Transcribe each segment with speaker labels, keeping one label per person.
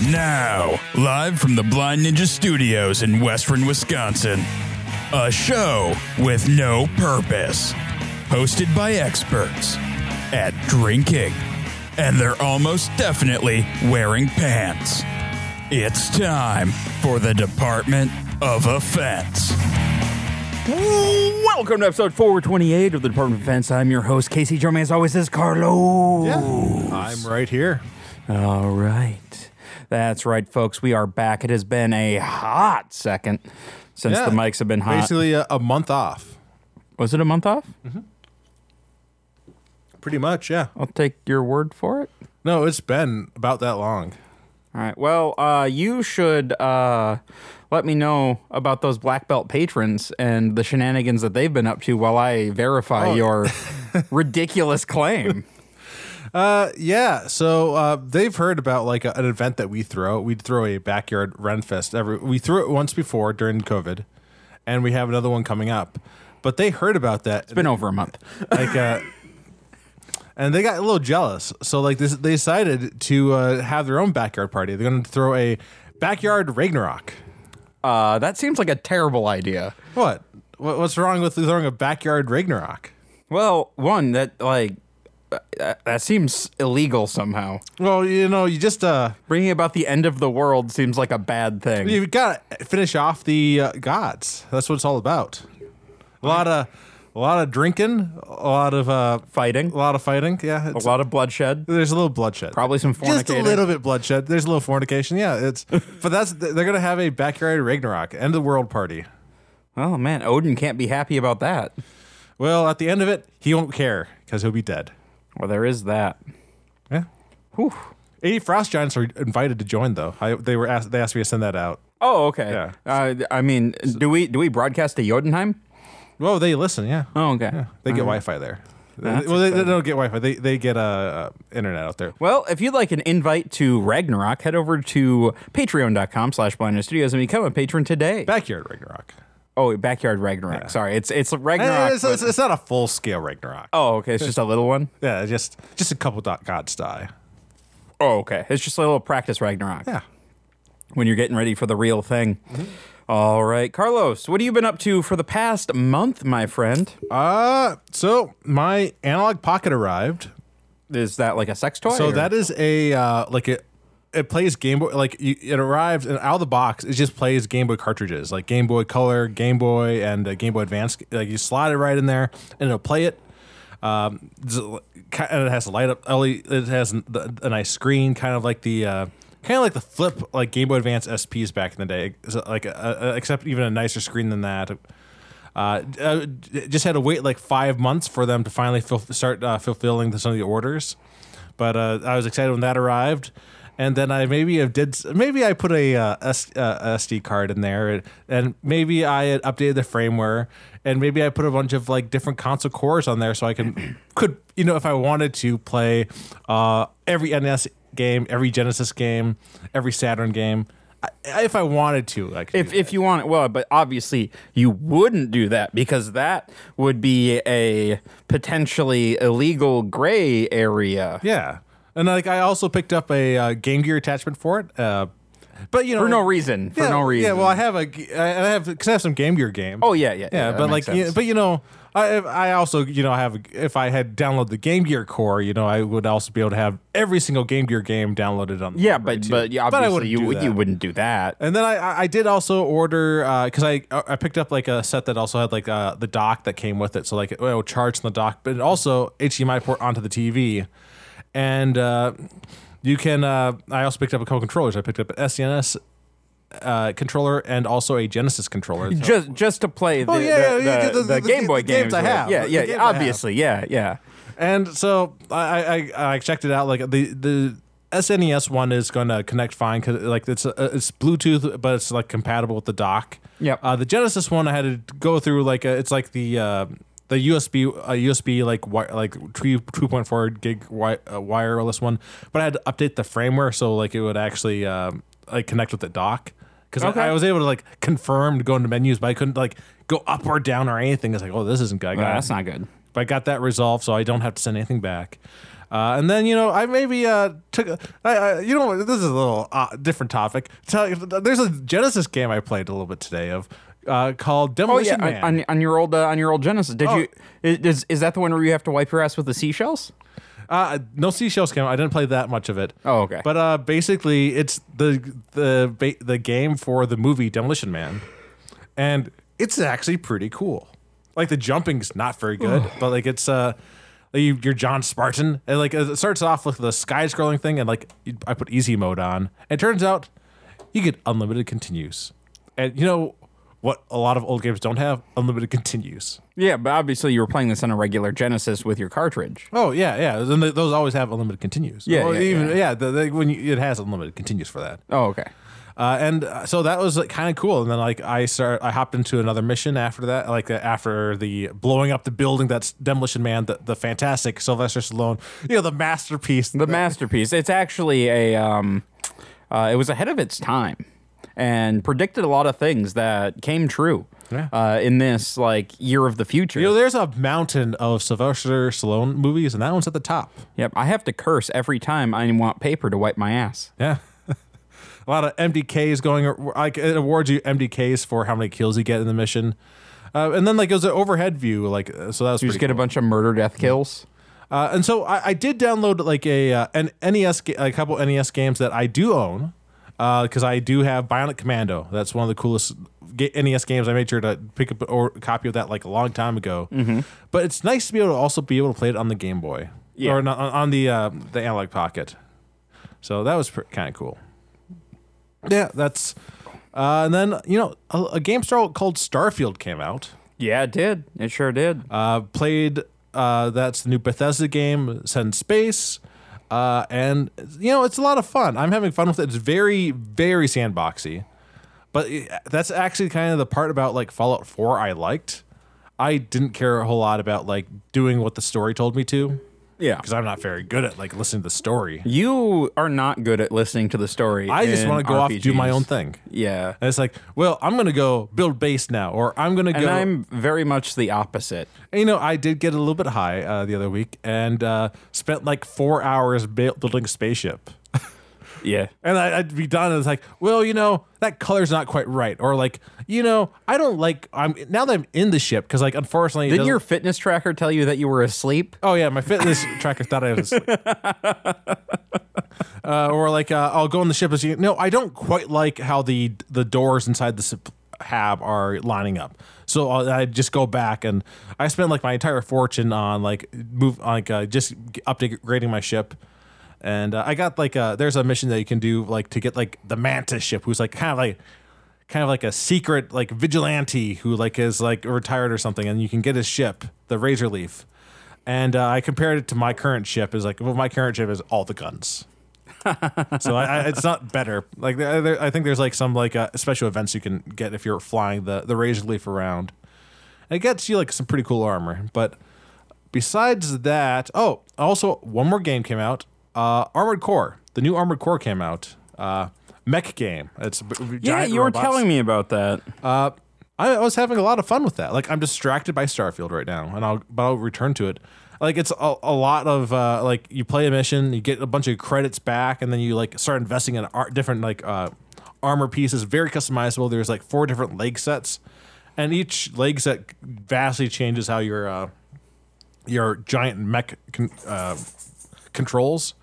Speaker 1: Now, live from the Blind Ninja Studios in Western Wisconsin, a show with no purpose, hosted by experts at drinking, and they're almost definitely wearing pants. It's time for the Department of Offense.
Speaker 2: Welcome to episode 428 of the Department of Defense. I'm your host, Casey. Joining me as always is Carlo.
Speaker 3: I'm right here.
Speaker 2: All right. That's right, folks. We are back. It has been a hot second since the mics have been hot.
Speaker 3: Basically, a, a month off.
Speaker 2: Was it a month off?
Speaker 3: Pretty much, yeah.
Speaker 2: I'll take your word for it.
Speaker 3: No, it's been about that long.
Speaker 2: All right. Well, uh, you should uh, let me know about those black belt patrons and the shenanigans that they've been up to while I verify your ridiculous claim.
Speaker 3: Uh, yeah. So uh, they've heard about like a, an event that we throw. We'd throw a backyard Ren Fest every. We threw it once before during COVID, and we have another one coming up. But they heard about that.
Speaker 2: It's been over a month.
Speaker 3: like uh and they got a little jealous so like this they decided to uh, have their own backyard party they're going to throw a backyard ragnarok
Speaker 2: Uh, that seems like a terrible idea.
Speaker 3: what What- what's wrong with throwing a backyard ragnarok
Speaker 2: Well, one that like uh, that, that seems illegal somehow.
Speaker 3: well you know you just uh
Speaker 2: Bringing about the end of the world seems like a bad thing.
Speaker 3: you gotta finish off the uh, gods that's what it's all about a lot of a lot of drinking a lot of uh
Speaker 2: Fighting,
Speaker 3: a lot of fighting yeah
Speaker 2: a
Speaker 3: it's,
Speaker 2: lot of bloodshed,
Speaker 3: there's a little bloodshed
Speaker 2: probably some
Speaker 3: just a
Speaker 2: fornicating.
Speaker 3: little bit bloodshed there's a little fornication yeah it's but that's they're gonna have a backyard ragnarok end of the world party
Speaker 2: Oh man, Odin can't be happy about that.
Speaker 3: Well, at the end of it, he won't care because he'll be dead.
Speaker 2: Well, there is that.
Speaker 3: Yeah.
Speaker 2: Whew.
Speaker 3: Eighty frost giants are invited to join, though. I, they were asked. They asked me to send that out.
Speaker 2: Oh, okay.
Speaker 3: Yeah.
Speaker 2: Uh, I mean, do we do we broadcast to Jotunheim?
Speaker 3: Well, they listen. Yeah.
Speaker 2: Oh, okay.
Speaker 3: They get Wi-Fi there.
Speaker 2: That's
Speaker 3: well, they, they
Speaker 2: exciting.
Speaker 3: don't get Wi-Fi. They they get uh, uh, internet out there.
Speaker 2: Well, if you'd like an invite to Ragnarok, head over to patreon.com slash blindness studios and become a patron today.
Speaker 3: Backyard Ragnarok.
Speaker 2: oh, backyard Ragnarok. Sorry. It's it's Ragnarok.
Speaker 3: Eh, it's, it's,
Speaker 2: but-
Speaker 3: it's not a full scale Ragnarok.
Speaker 2: oh, okay. It's just a little one.
Speaker 3: Yeah, just just a couple dot gods die.
Speaker 2: Oh, okay. It's just a little practice Ragnarok
Speaker 3: Yeah. Mm-hmm.
Speaker 2: when you're getting ready for the real thing. All right, Carlos, what have you been up to for the past month, my friend?
Speaker 3: Uh so my analog pocket arrived.
Speaker 2: Is that like a sex toy?
Speaker 3: So
Speaker 2: or-
Speaker 3: that is a uh, like it it plays Game Boy like you, it arrives and out of the box it just plays Game Boy cartridges like Game Boy Color, Game Boy, and uh, Game Boy Advance. Like you slide it right in there and it'll play it. Um, it's a- and it has a light up. LED It has n- the- a nice screen, kind of like the uh, kind of like the flip like Game Boy Advance SPs back in the day. It's Like uh, uh, except even a nicer screen than that. Uh, uh, j- just had to wait like five months for them to finally ful- start uh, fulfilling some of the orders. But uh, I was excited when that arrived, and then I maybe have did s- maybe I put a uh, S, uh, SD card in there, and maybe I had updated the firmware, and maybe I put a bunch of like different console cores on there so I can could you know if I wanted to play uh, every NES game, every Genesis game, every Saturn game. I, if I wanted to, I could do
Speaker 2: if, if you want it, well, but obviously you wouldn't do that because that would be a potentially illegal gray area.
Speaker 3: Yeah, and like I also picked up a uh, Game Gear attachment for it, uh, but you know
Speaker 2: For no reason. For
Speaker 3: yeah,
Speaker 2: no reason.
Speaker 3: Yeah, well I have a g- I I have because I have some Game Gear games.
Speaker 2: Oh, yeah, yeah, yeah,
Speaker 3: yeah.
Speaker 2: that
Speaker 3: but like,
Speaker 2: makes
Speaker 3: yeah,
Speaker 2: sense.
Speaker 3: but you know, I I also you know I have if I had downloaded the Game Gear core, you know, I would also be able to have every single Game Gear game downloaded on. the
Speaker 2: yeah,
Speaker 3: library,
Speaker 2: but
Speaker 3: too.
Speaker 2: but yeah,
Speaker 3: I
Speaker 2: obviously
Speaker 3: wouldn't
Speaker 2: you
Speaker 3: do
Speaker 2: would-
Speaker 3: that.
Speaker 2: you wouldn't do that.
Speaker 3: And then I- I, I did also order because I uh, I picked up like a set that also had like uh, the dock that came with it, so like it will charge in the dock, but it also HDMI port onto the TV, and uh, you can. Uh, I also picked up a couple controllers. I picked up an SDNS uh, controller and also a Genesis controller. So-
Speaker 2: just just to play the,
Speaker 3: Oh, yeah,
Speaker 2: the,
Speaker 3: yeah, yeah,
Speaker 2: the-
Speaker 3: the-
Speaker 2: the
Speaker 3: the
Speaker 2: Game
Speaker 3: ga-
Speaker 2: Boy
Speaker 3: the games I
Speaker 2: with it.
Speaker 3: have.
Speaker 2: Yeah,
Speaker 3: The
Speaker 2: yeah,
Speaker 3: games I have.
Speaker 2: obviously, yeah, yeah.
Speaker 3: And so I, I I checked it out. Like the the SNES one is going to connect fine because like it's uh, it's Bluetooth, but it's like compatible with the dock.
Speaker 2: Yep.
Speaker 3: Uh, the Genesis one I had to go through like a, it's like the. Uh, the USB, uh, USB like wi- like two two point four gig wi- uh, wireless one, but I had to update the firmware so like it would actually um, like connect with the dock because
Speaker 2: Okay.
Speaker 3: I, I was able to like confirm to go into menus, but I couldn't like go up or down or anything. It's like oh this isn't good. I
Speaker 2: No,
Speaker 3: gotta-
Speaker 2: that's not good.
Speaker 3: but I got that resolved, so I don't have to send anything back. Uh, and then you know I maybe uh, took a- I, I, you know this is a little uh, different topic. Tell, there's a Genesis game I played a little bit today of uh, called
Speaker 2: Oh
Speaker 3: Demolition
Speaker 2: yeah, on,
Speaker 3: Man.
Speaker 2: on, on your old uh, on your old Genesis. Did
Speaker 3: Oh.
Speaker 2: you is, is is that the one where you have to wipe your ass with the seashells?
Speaker 3: Uh, no seashells came. out. I didn't play that much of it.
Speaker 2: Oh, okay.
Speaker 3: But uh, basically, it's the the ba- the game for the movie Demolition Man, and it's actually pretty cool. Like the jumping's not very good, but like it's uh, like, you, you're John Spartan, and like it starts off with the sky scrolling thing, and like you- I put easy mode on, and it turns out you get unlimited continues, and you know what? A lot of old games don't have unlimited continues.
Speaker 2: Yeah, but obviously you were playing this on a regular Genesis with your cartridge.
Speaker 3: Oh yeah, yeah. Then th- those always have unlimited continues.
Speaker 2: Yeah,
Speaker 3: Or
Speaker 2: yeah,
Speaker 3: even yeah. the, the, when you, it has unlimited continues for that.
Speaker 2: Oh, okay.
Speaker 3: Uh, and uh, so that was like, kind of cool. And then like I start, I hopped into another mission after that. Like uh, after the blowing up the building that's Demolition Man, the, the fantastic Sylvester Stallone, you know, the masterpiece.
Speaker 2: The masterpiece. It's actually a um, uh, it was ahead of its time and predicted a lot of things that came true.
Speaker 3: Yeah.
Speaker 2: Uh, in this like year of the future.
Speaker 3: you know, there's a mountain of Sylvester Stallone movies, and that one's at the top.
Speaker 2: yep. I have to curse every time I want paper to wipe my ass.
Speaker 3: Yeah. a lot of MDKs going like it awards you MDKs for how many kills you get in the mission. Uh, and then like it was an overhead view, like uh, so that was
Speaker 2: You
Speaker 3: pretty
Speaker 2: just get a bunch of murder death kills.
Speaker 3: Uh, and so I, I did download like a uh, an NES ga- a couple NES games that I do own because I do have Bionic Commando. That's one of the coolest ga- NES games. I made sure to pick up or a copy of that like a long time ago. But it's nice to be able to also be able to play it on the Game Boy
Speaker 2: Yeah.
Speaker 3: or not, on, on the uh, the analog pocket. So that was pr- kind of cool. Yeah, that's. Uh, and then you know a, a game store called Starfield came out.
Speaker 2: Yeah, it did. It sure did.
Speaker 3: Uh, played uh, that's the new Bethesda game, Send Space. Uh, and you know it's a lot of fun. I'm having fun with it. It's very very sandboxy, but it- that's actually kind of the part about like Fallout 4 I liked. I didn't care a whole lot about like doing what the story told me to
Speaker 2: yeah.
Speaker 3: because I'm not very good at like listening to the story.
Speaker 2: You are not good at listening to the story.
Speaker 3: I just
Speaker 2: want to
Speaker 3: go off do my own thing.
Speaker 2: Yeah.
Speaker 3: And it's like, well, I'm gonna go build base now, or I'm gonna
Speaker 2: And
Speaker 3: go.
Speaker 2: I'm very much the opposite.
Speaker 3: You know, I did get a little bit high uh, the other week and uh, spent like four hours ba- building a spaceship.
Speaker 2: Yeah.
Speaker 3: And I, I'd be done, and it's like, well, you know, that color's not quite right, or like, you know, I don't like. I'm now that I'm in the ship because, like, unfortunately, it
Speaker 2: Didn't your
Speaker 3: doesn't-
Speaker 2: fitness tracker tell you that you were asleep?
Speaker 3: oh yeah, my fitness tracker thought I was asleep. uh, or like, uh, I'll go in the ship and see. No, I don't quite like how the the doors inside the ship hab are lining up. So I'll, I just go back and I spend like my entire fortune on like move like uh, just upgrading my ship. And uh, I got like uh there's a mission that you can do like to get like the mantis ship, who's like kind of like kind of like a secret like vigilante who like is like retired or something, and you can get his ship, the Razor Leaf. And uh, I compared it to my current ship is like well my current ship is all the guns. so I, I, it's not better. Like there, there, I think there's like some like uh, special events you can get if you're flying the the razor leaf around. And it gets you like some pretty cool armor. But besides that, oh, also one more game came out. Uh, Armored Core, the new Armored Core came out. Uh, mech game. It's b- b-
Speaker 2: Yeah,
Speaker 3: giant
Speaker 2: you were
Speaker 3: robots.
Speaker 2: telling me about that.
Speaker 3: Uh, I, I was having a lot of fun with that. Like I'm distracted by Starfield right now, and I'll but I'll return to it. Like it's a, a lot of uh, like you play a mission, you get a bunch of credits back, and then you like start investing in ar- different like uh, armor pieces, very customizable. There's like four different leg sets, and each leg set vastly changes how your uh, your giant mech con- uh, controls.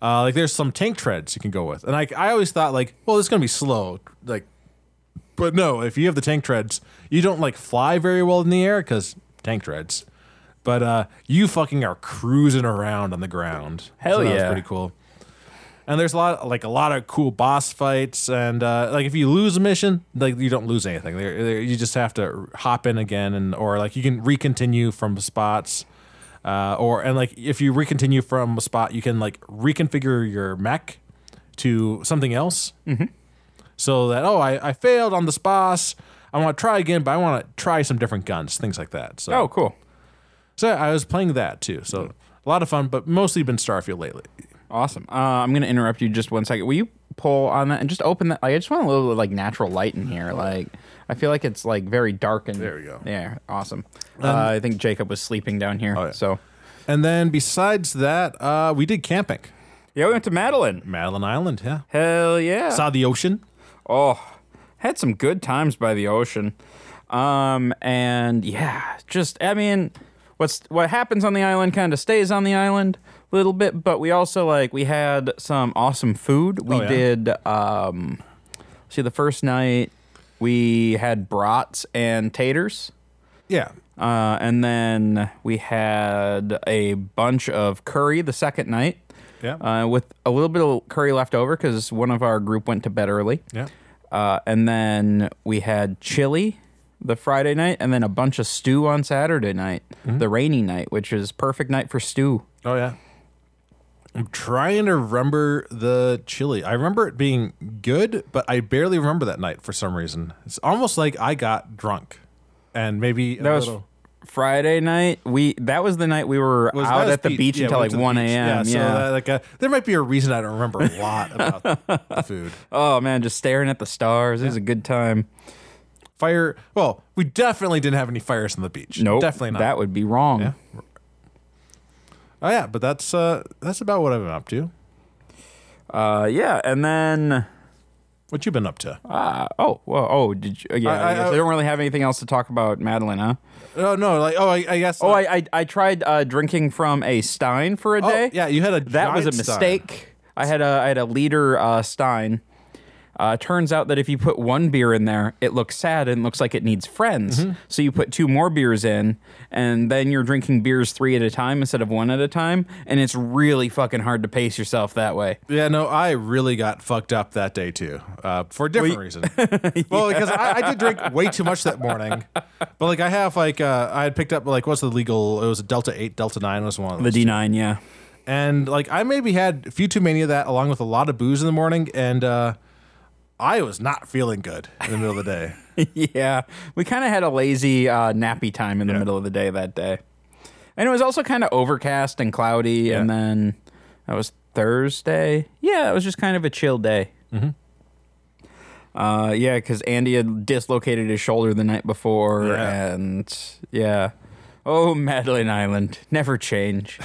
Speaker 3: Uh, like there's some tank treads you can go with, and I I always thought like, well, it's gonna be slow, like but no, if you have the tank treads, you don't like fly very well in the air because tank treads. But uh, you fucking are cruising around on the ground.
Speaker 2: Hell
Speaker 3: so that was
Speaker 2: yeah.
Speaker 3: pretty cool. And there's a lot, like a lot of cool boss fights, and uh, like if you lose a mission, like you don't lose anything. There, there, you just have to hop in again, and or like you can recontinue from spots, uh, or and like if you recontinue from a spot, you can like reconfigure your mech to something else
Speaker 2: Mm-hmm.
Speaker 3: so that oh I, I failed on this boss i want to try again but i want to try some different guns things like that so
Speaker 2: Oh, Mm-hmm. cool.
Speaker 3: so i was playing that too so a lot of fun but mostly been starfield lately
Speaker 2: Awesome. Uh, I'm gonna interrupt you just one second. Will you pull on that and just open that? Like, I just want a little like natural light in here. Like I feel like it's like very dark and. There
Speaker 3: we go. Um, oh,
Speaker 2: Yeah. Awesome. uh, I think Jacob was sleeping down here. So
Speaker 3: And then besides that, uh, we did camping.
Speaker 2: Yeah, we went to Madeline.
Speaker 3: Madeline Island, yeah.
Speaker 2: Hell yeah.
Speaker 3: Saw the ocean.
Speaker 2: Oh, had some good times by the ocean. Um, and yeah, just I mean, what's what happens on the island kind of stays on the island a little bit, but we also like we had some awesome food. We
Speaker 3: Oh, yeah.
Speaker 2: did um see the first night we had brats and taters.
Speaker 3: Yeah.
Speaker 2: Uh, and then we had a bunch of curry the second night.
Speaker 3: Yeah.
Speaker 2: Uh, with a little bit of curry left over because one of our group went to bed early.
Speaker 3: Yeah.
Speaker 2: Uh, and then we had chili the Friday night, and then a bunch of stew on Saturday night,
Speaker 3: Mm-hmm.
Speaker 2: the rainy night, which is perfect night for stew.
Speaker 3: Oh yeah. I'm trying to remember the chili. I remember it being good, but I barely remember that night for some reason. It's almost like I got drunk, and maybe a
Speaker 2: That was
Speaker 3: little.
Speaker 2: Friday night. We that was the night we were
Speaker 3: was
Speaker 2: out
Speaker 3: last
Speaker 2: at the beach
Speaker 3: yeah,
Speaker 2: until
Speaker 3: went
Speaker 2: like
Speaker 3: to the
Speaker 2: one
Speaker 3: beach.
Speaker 2: a.m. Yeah.
Speaker 3: so that, like uh, there might be a reason I don't remember a lot about the food.
Speaker 2: oh man, just staring at the stars. It was a good time.
Speaker 3: Fire. Well, we definitely didn't have any fires on the beach.
Speaker 2: Nope,
Speaker 3: definitely not.
Speaker 2: That would be wrong.
Speaker 3: Yeah. oh yeah, but that's uh that's about what I've been up to.
Speaker 2: Uh, yeah, and then
Speaker 3: What you been up to?
Speaker 2: uh, oh well, oh did you? Yeah,
Speaker 3: I-
Speaker 2: I,
Speaker 3: I-
Speaker 2: guess I, don't really have anything else to talk about Madeline, huh?
Speaker 3: oh no, like oh I, I guess.
Speaker 2: Oh, I I, I tried uh, drinking from a stein for a day.
Speaker 3: Oh, yeah, you had a
Speaker 2: that was a
Speaker 3: giant star.
Speaker 2: mistake. I had a I had a liter uh, stein. Uh, turns out that if you put one beer in there, it looks sad and looks like it needs friends. So you put two more beers in, and then you're drinking beers three at a time instead of one at a time, and it's really fucking hard to pace yourself that way.
Speaker 3: Yeah, no, I really got fucked up that day too, uh, for a different reason. Well, because I, I did drink way too much that morning, but like I have like uh, I had picked up like what's the legal? It was a Delta Eight, Delta Nine was one of
Speaker 2: The
Speaker 3: those,
Speaker 2: D nine, yeah.
Speaker 3: and like I maybe had a few too many of that, along with a lot of booze in the morning, and uh, I was not feeling good in the middle of the day.
Speaker 2: yeah, we kind of had a lazy uh, nappy time in the middle of the day that day, and it was also kind of overcast and cloudy. And
Speaker 3: Yeah.
Speaker 2: then that was Thursday. Yeah, it was just kind of a chill day. Mm-hmm. Uh, yeah, because Andy had dislocated his shoulder the night before,
Speaker 3: Yeah.
Speaker 2: and yeah. Oh, Madeline Island, never change.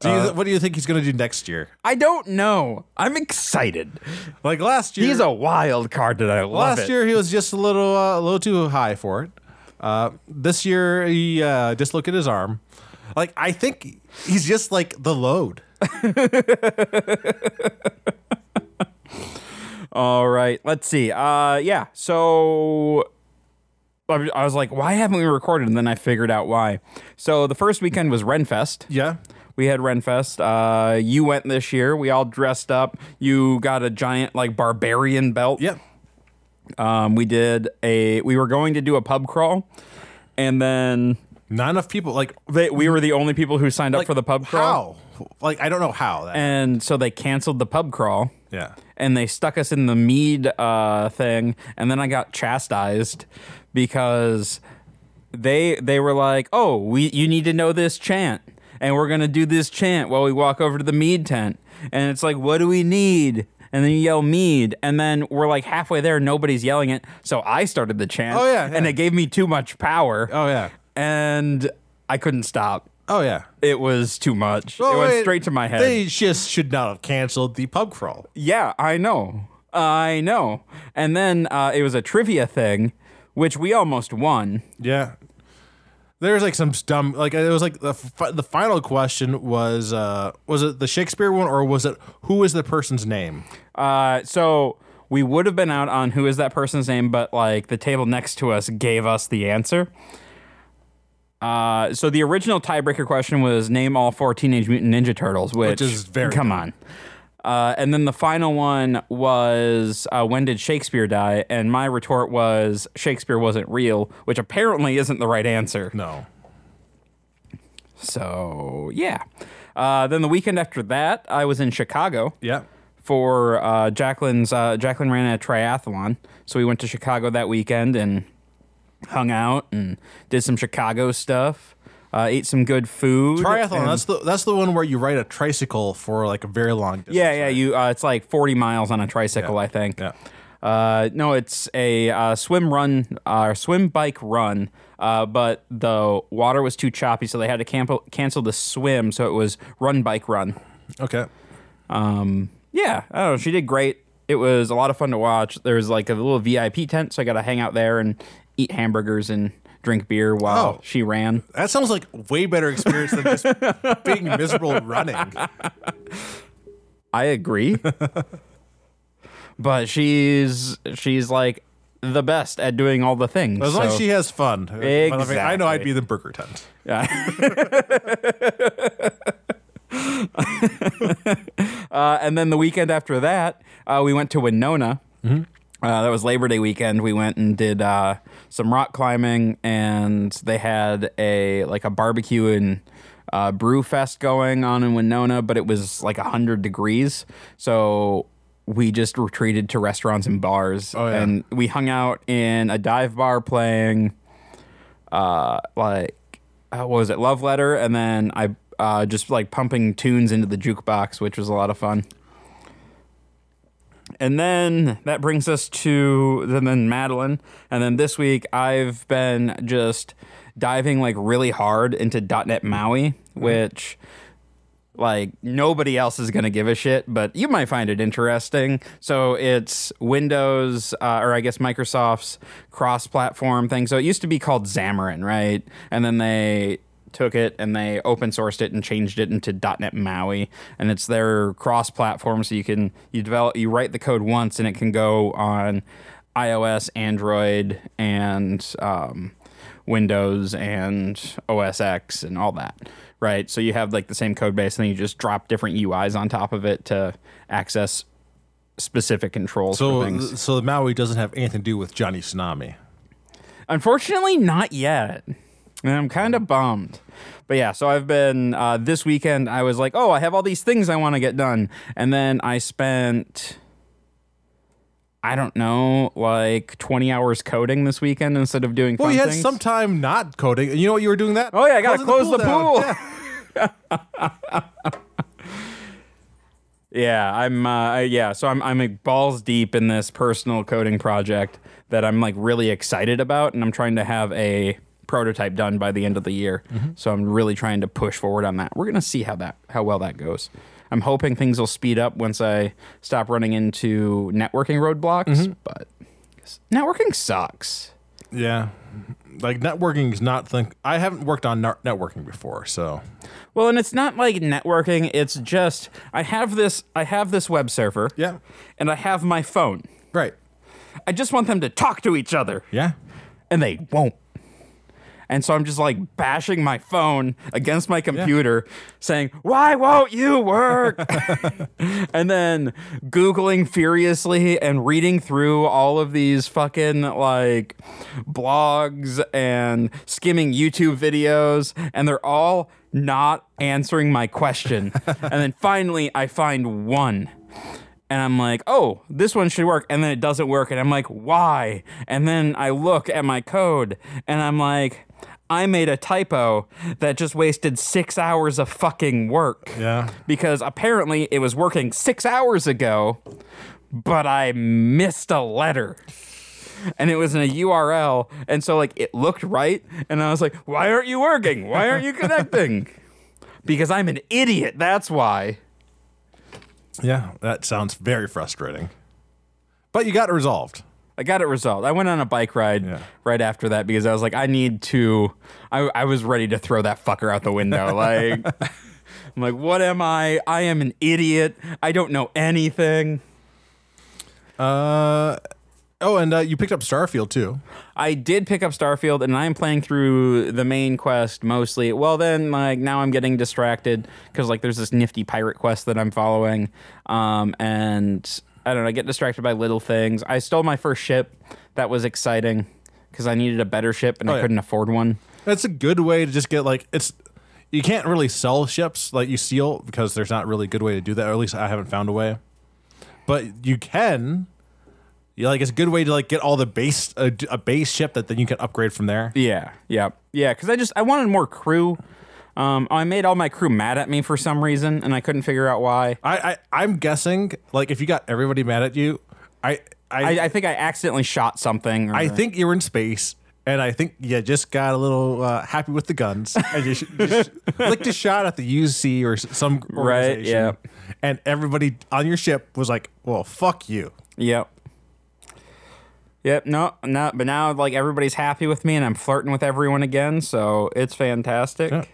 Speaker 3: Do you, what do you think he's gonna do next year?
Speaker 2: I don't know. I'm excited.
Speaker 3: Like last year,
Speaker 2: He's a wild card, and I love
Speaker 3: last
Speaker 2: it.
Speaker 3: year he was just a little uh, a little too high for it. Uh, this year he uh, dislocated his arm. Like I think he's just like the load.
Speaker 2: All right, let's see. Uh, yeah. So I was- I was like, why haven't we recorded? And then I figured out why. So the first weekend was Renfest.
Speaker 3: Yeah.
Speaker 2: We had Renfest. Uh, you went this year. We all dressed up. You got a giant like barbarian belt.
Speaker 3: Yep.
Speaker 2: Um, we did a. We were going to do a pub crawl, and then
Speaker 3: Not enough people like,
Speaker 2: they, we were the only people who signed up
Speaker 3: like
Speaker 2: for the pub crawl.
Speaker 3: How? Like I don't know how. That,
Speaker 2: And so they canceled the pub crawl.
Speaker 3: yeah.
Speaker 2: and they stuck us in the mead uh, thing, and then I got chastised because they they were like, "Oh, we you need to know this chant, and we're gonna do this chant while we walk over to the mead tent." And it's like, "What do we need?" And then you yell mead, and then we're like halfway there, nobody's yelling it, so I started the chant.
Speaker 3: Oh, yeah,
Speaker 2: and
Speaker 3: yeah.
Speaker 2: it gave me too much power.
Speaker 3: Oh yeah.
Speaker 2: and I couldn't stop.
Speaker 3: Oh yeah.
Speaker 2: It was too much. it
Speaker 3: Oh,
Speaker 2: went
Speaker 3: wait.
Speaker 2: straight to my head.
Speaker 3: They just should not have canceled the pub crawl.
Speaker 2: Yeah, I know. I know. And then uh, it was a trivia thing, which we almost won.
Speaker 3: Yeah. There's like some dumb like it was like the f- the final question was uh was it the Shakespeare one or was it who is the person's name?
Speaker 2: Uh, so we would have been out on who is that person's name, but like the table next to us gave us the answer. Uh, so the original tiebreaker question was name all four Teenage Mutant Ninja Turtles, which,
Speaker 3: is very
Speaker 2: come on. Uh, and then the final one was uh, when did Shakespeare die? And my retort was Shakespeare wasn't real, which apparently isn't the right answer.
Speaker 3: No.
Speaker 2: So yeah. Uh, then the weekend after that, I was in Chicago
Speaker 3: Yeah.
Speaker 2: for uh, Jacqueline's. Uh, Jacqueline ran a triathlon, so we went to Chicago that weekend and hung out and did some Chicago stuff. Uh, ate some good food.
Speaker 3: Triathlon.
Speaker 2: and-
Speaker 3: That's the that's the one where you ride a tricycle for like a very long distance.
Speaker 2: yeah, yeah. You. Uh, it's like forty miles on a tricycle, I think.
Speaker 3: Yeah.
Speaker 2: Uh, no, it's a uh, swim run or swim bike run, uh, but the water was too choppy, so they had to camp- cancel the swim. So it was run bike run.
Speaker 3: Okay.
Speaker 2: Um, yeah, I don't know. She did great. It was a lot of fun to watch. There was like a little VIP tent, so I got to hang out there and eat hamburgers and drink beer while
Speaker 3: Oh.
Speaker 2: she ran.
Speaker 3: That sounds like way better experience than just being miserable running.
Speaker 2: I agree. but she's she's like the best at doing all the things.
Speaker 3: As long as
Speaker 2: so-
Speaker 3: she has fun. I know I'd
Speaker 2: Exactly.
Speaker 3: be the burger tent.
Speaker 2: Uh, and then the weekend after that, uh, we went to Winona.
Speaker 3: Mm-hmm.
Speaker 2: Uh, that was Labor Day weekend. We went and did uh, some rock climbing, and they had a like a barbecue and uh, brew fest going on in Winona, but it was like hundred degrees, so we just retreated to restaurants and bars,
Speaker 3: Oh, yeah.
Speaker 2: and we hung out in a dive bar playing uh, like uh, what was it, Love Letter, and then I uh, just like pumping tunes into the jukebox, which was a lot of fun. And then that brings us to then, then Madeline, and then this week I've been just diving like really hard into .NET MAUI, which like nobody else is going to give a shit, but you might find it interesting. So it's Windows, uh, or I guess Microsoft's cross platform thing. So it used to be called Xamarin, right? And then they took it and they open sourced it and changed it into .NET MAUI and it's their cross platform so you can you develop you write the code once and it can go on iOS, Android and um, Windows and OS X and all that, right? So you have like the same code base and then you just drop different UIs on top of it to access specific controls for
Speaker 3: So, uh,
Speaker 2: things.
Speaker 3: so the Maui doesn't have anything to do with Johnny Tsunami.
Speaker 2: Unfortunately, not yet. And I'm kind
Speaker 3: Mm.
Speaker 2: of bummed. But yeah, so I've been uh, this weekend. I was like, oh, I have all these things I want to get done, and then I spent. I don't know, like 20 hours coding this weekend instead of doing
Speaker 3: Well,
Speaker 2: fun
Speaker 3: you had
Speaker 2: things.
Speaker 3: some time not coding. You know what you were doing that?
Speaker 2: Oh yeah, I gotta close
Speaker 3: Closing
Speaker 2: the pool.
Speaker 3: down.
Speaker 2: Yeah. I'm. Uh, I- yeah, so I'm. I'm like balls deep in this personal coding project that I'm like really excited about, and I'm trying to have a prototype done by the end of the year. So I'm really trying to push forward on that. We're gonna see how that how well that goes. I'm hoping things will speed up once I stop running into networking roadblocks, but networking sucks.
Speaker 3: Yeah. Like networking is not think I haven't worked on nar- networking before, so
Speaker 2: Well, and it's not like networking. It's just I have this I have this web server.
Speaker 3: Yeah.
Speaker 2: And I have my phone.
Speaker 3: right.
Speaker 2: I just want them to talk to each other,
Speaker 3: Yeah.
Speaker 2: and they won't. And so I'm just like bashing my phone against my computer, saying, "Why won't you work?" and then googling furiously and reading through all of these fucking like blogs and skimming YouTube videos and they're all not answering my question. and then finally I find one. And I'm like, oh, this one should work. And then it doesn't work. And I'm like, why? And then I look at my code and I'm like, I made a typo that just wasted six hours of fucking work
Speaker 3: Yeah.
Speaker 2: because apparently it was working six hours ago, but I missed a letter. And it was in a URL. And so, like, it looked right. And I was like, why aren't you working? Why aren't you connecting? because I'm an idiot. That's why.
Speaker 3: Yeah, that sounds very frustrating. But you got it resolved.
Speaker 2: I got it resolved. I went on a bike ride
Speaker 3: Yeah.
Speaker 2: right after that because I was like, I need to. I, I was ready to throw that fucker out the window. Like, I'm like, what am I? I am an idiot. I don't know anything.
Speaker 3: Uh Oh, and uh, you picked up Starfield too.
Speaker 2: I did pick up Starfield, and I'm playing through the main quest mostly. Well, then like now I'm getting distracted because like there's this nifty pirate quest that I'm following, um, and I don't know. I get distracted by little things. I stole my first ship. That was exciting because I needed a better ship and
Speaker 3: Oh,
Speaker 2: I
Speaker 3: yeah.
Speaker 2: couldn't afford one.
Speaker 3: That's a good way to just get like it's. You can't really sell ships like you steal because there's not really a good way to do that. Or at least I haven't found a way. But you can. You like it's a good way to like get all the base a, a base ship that then you can upgrade from there.
Speaker 2: Yeah, yeah, yeah. Because I just I wanted more crew. Um, I made all my crew mad at me for some reason, and I couldn't figure out why.
Speaker 3: I, I I'm guessing like if you got everybody mad at you, I
Speaker 2: I, I think I accidentally shot something. Or,
Speaker 3: I think you were in space, and I think you just got a little uh, happy with the guns and you sh- just licked a shot at the UC or s- some organization.
Speaker 2: yeah.
Speaker 3: And everybody on your ship was like, "Well, fuck you."
Speaker 2: Yep. Yep. No. No. But now, like everybody's happy with me, and I'm flirting with everyone again. So it's fantastic.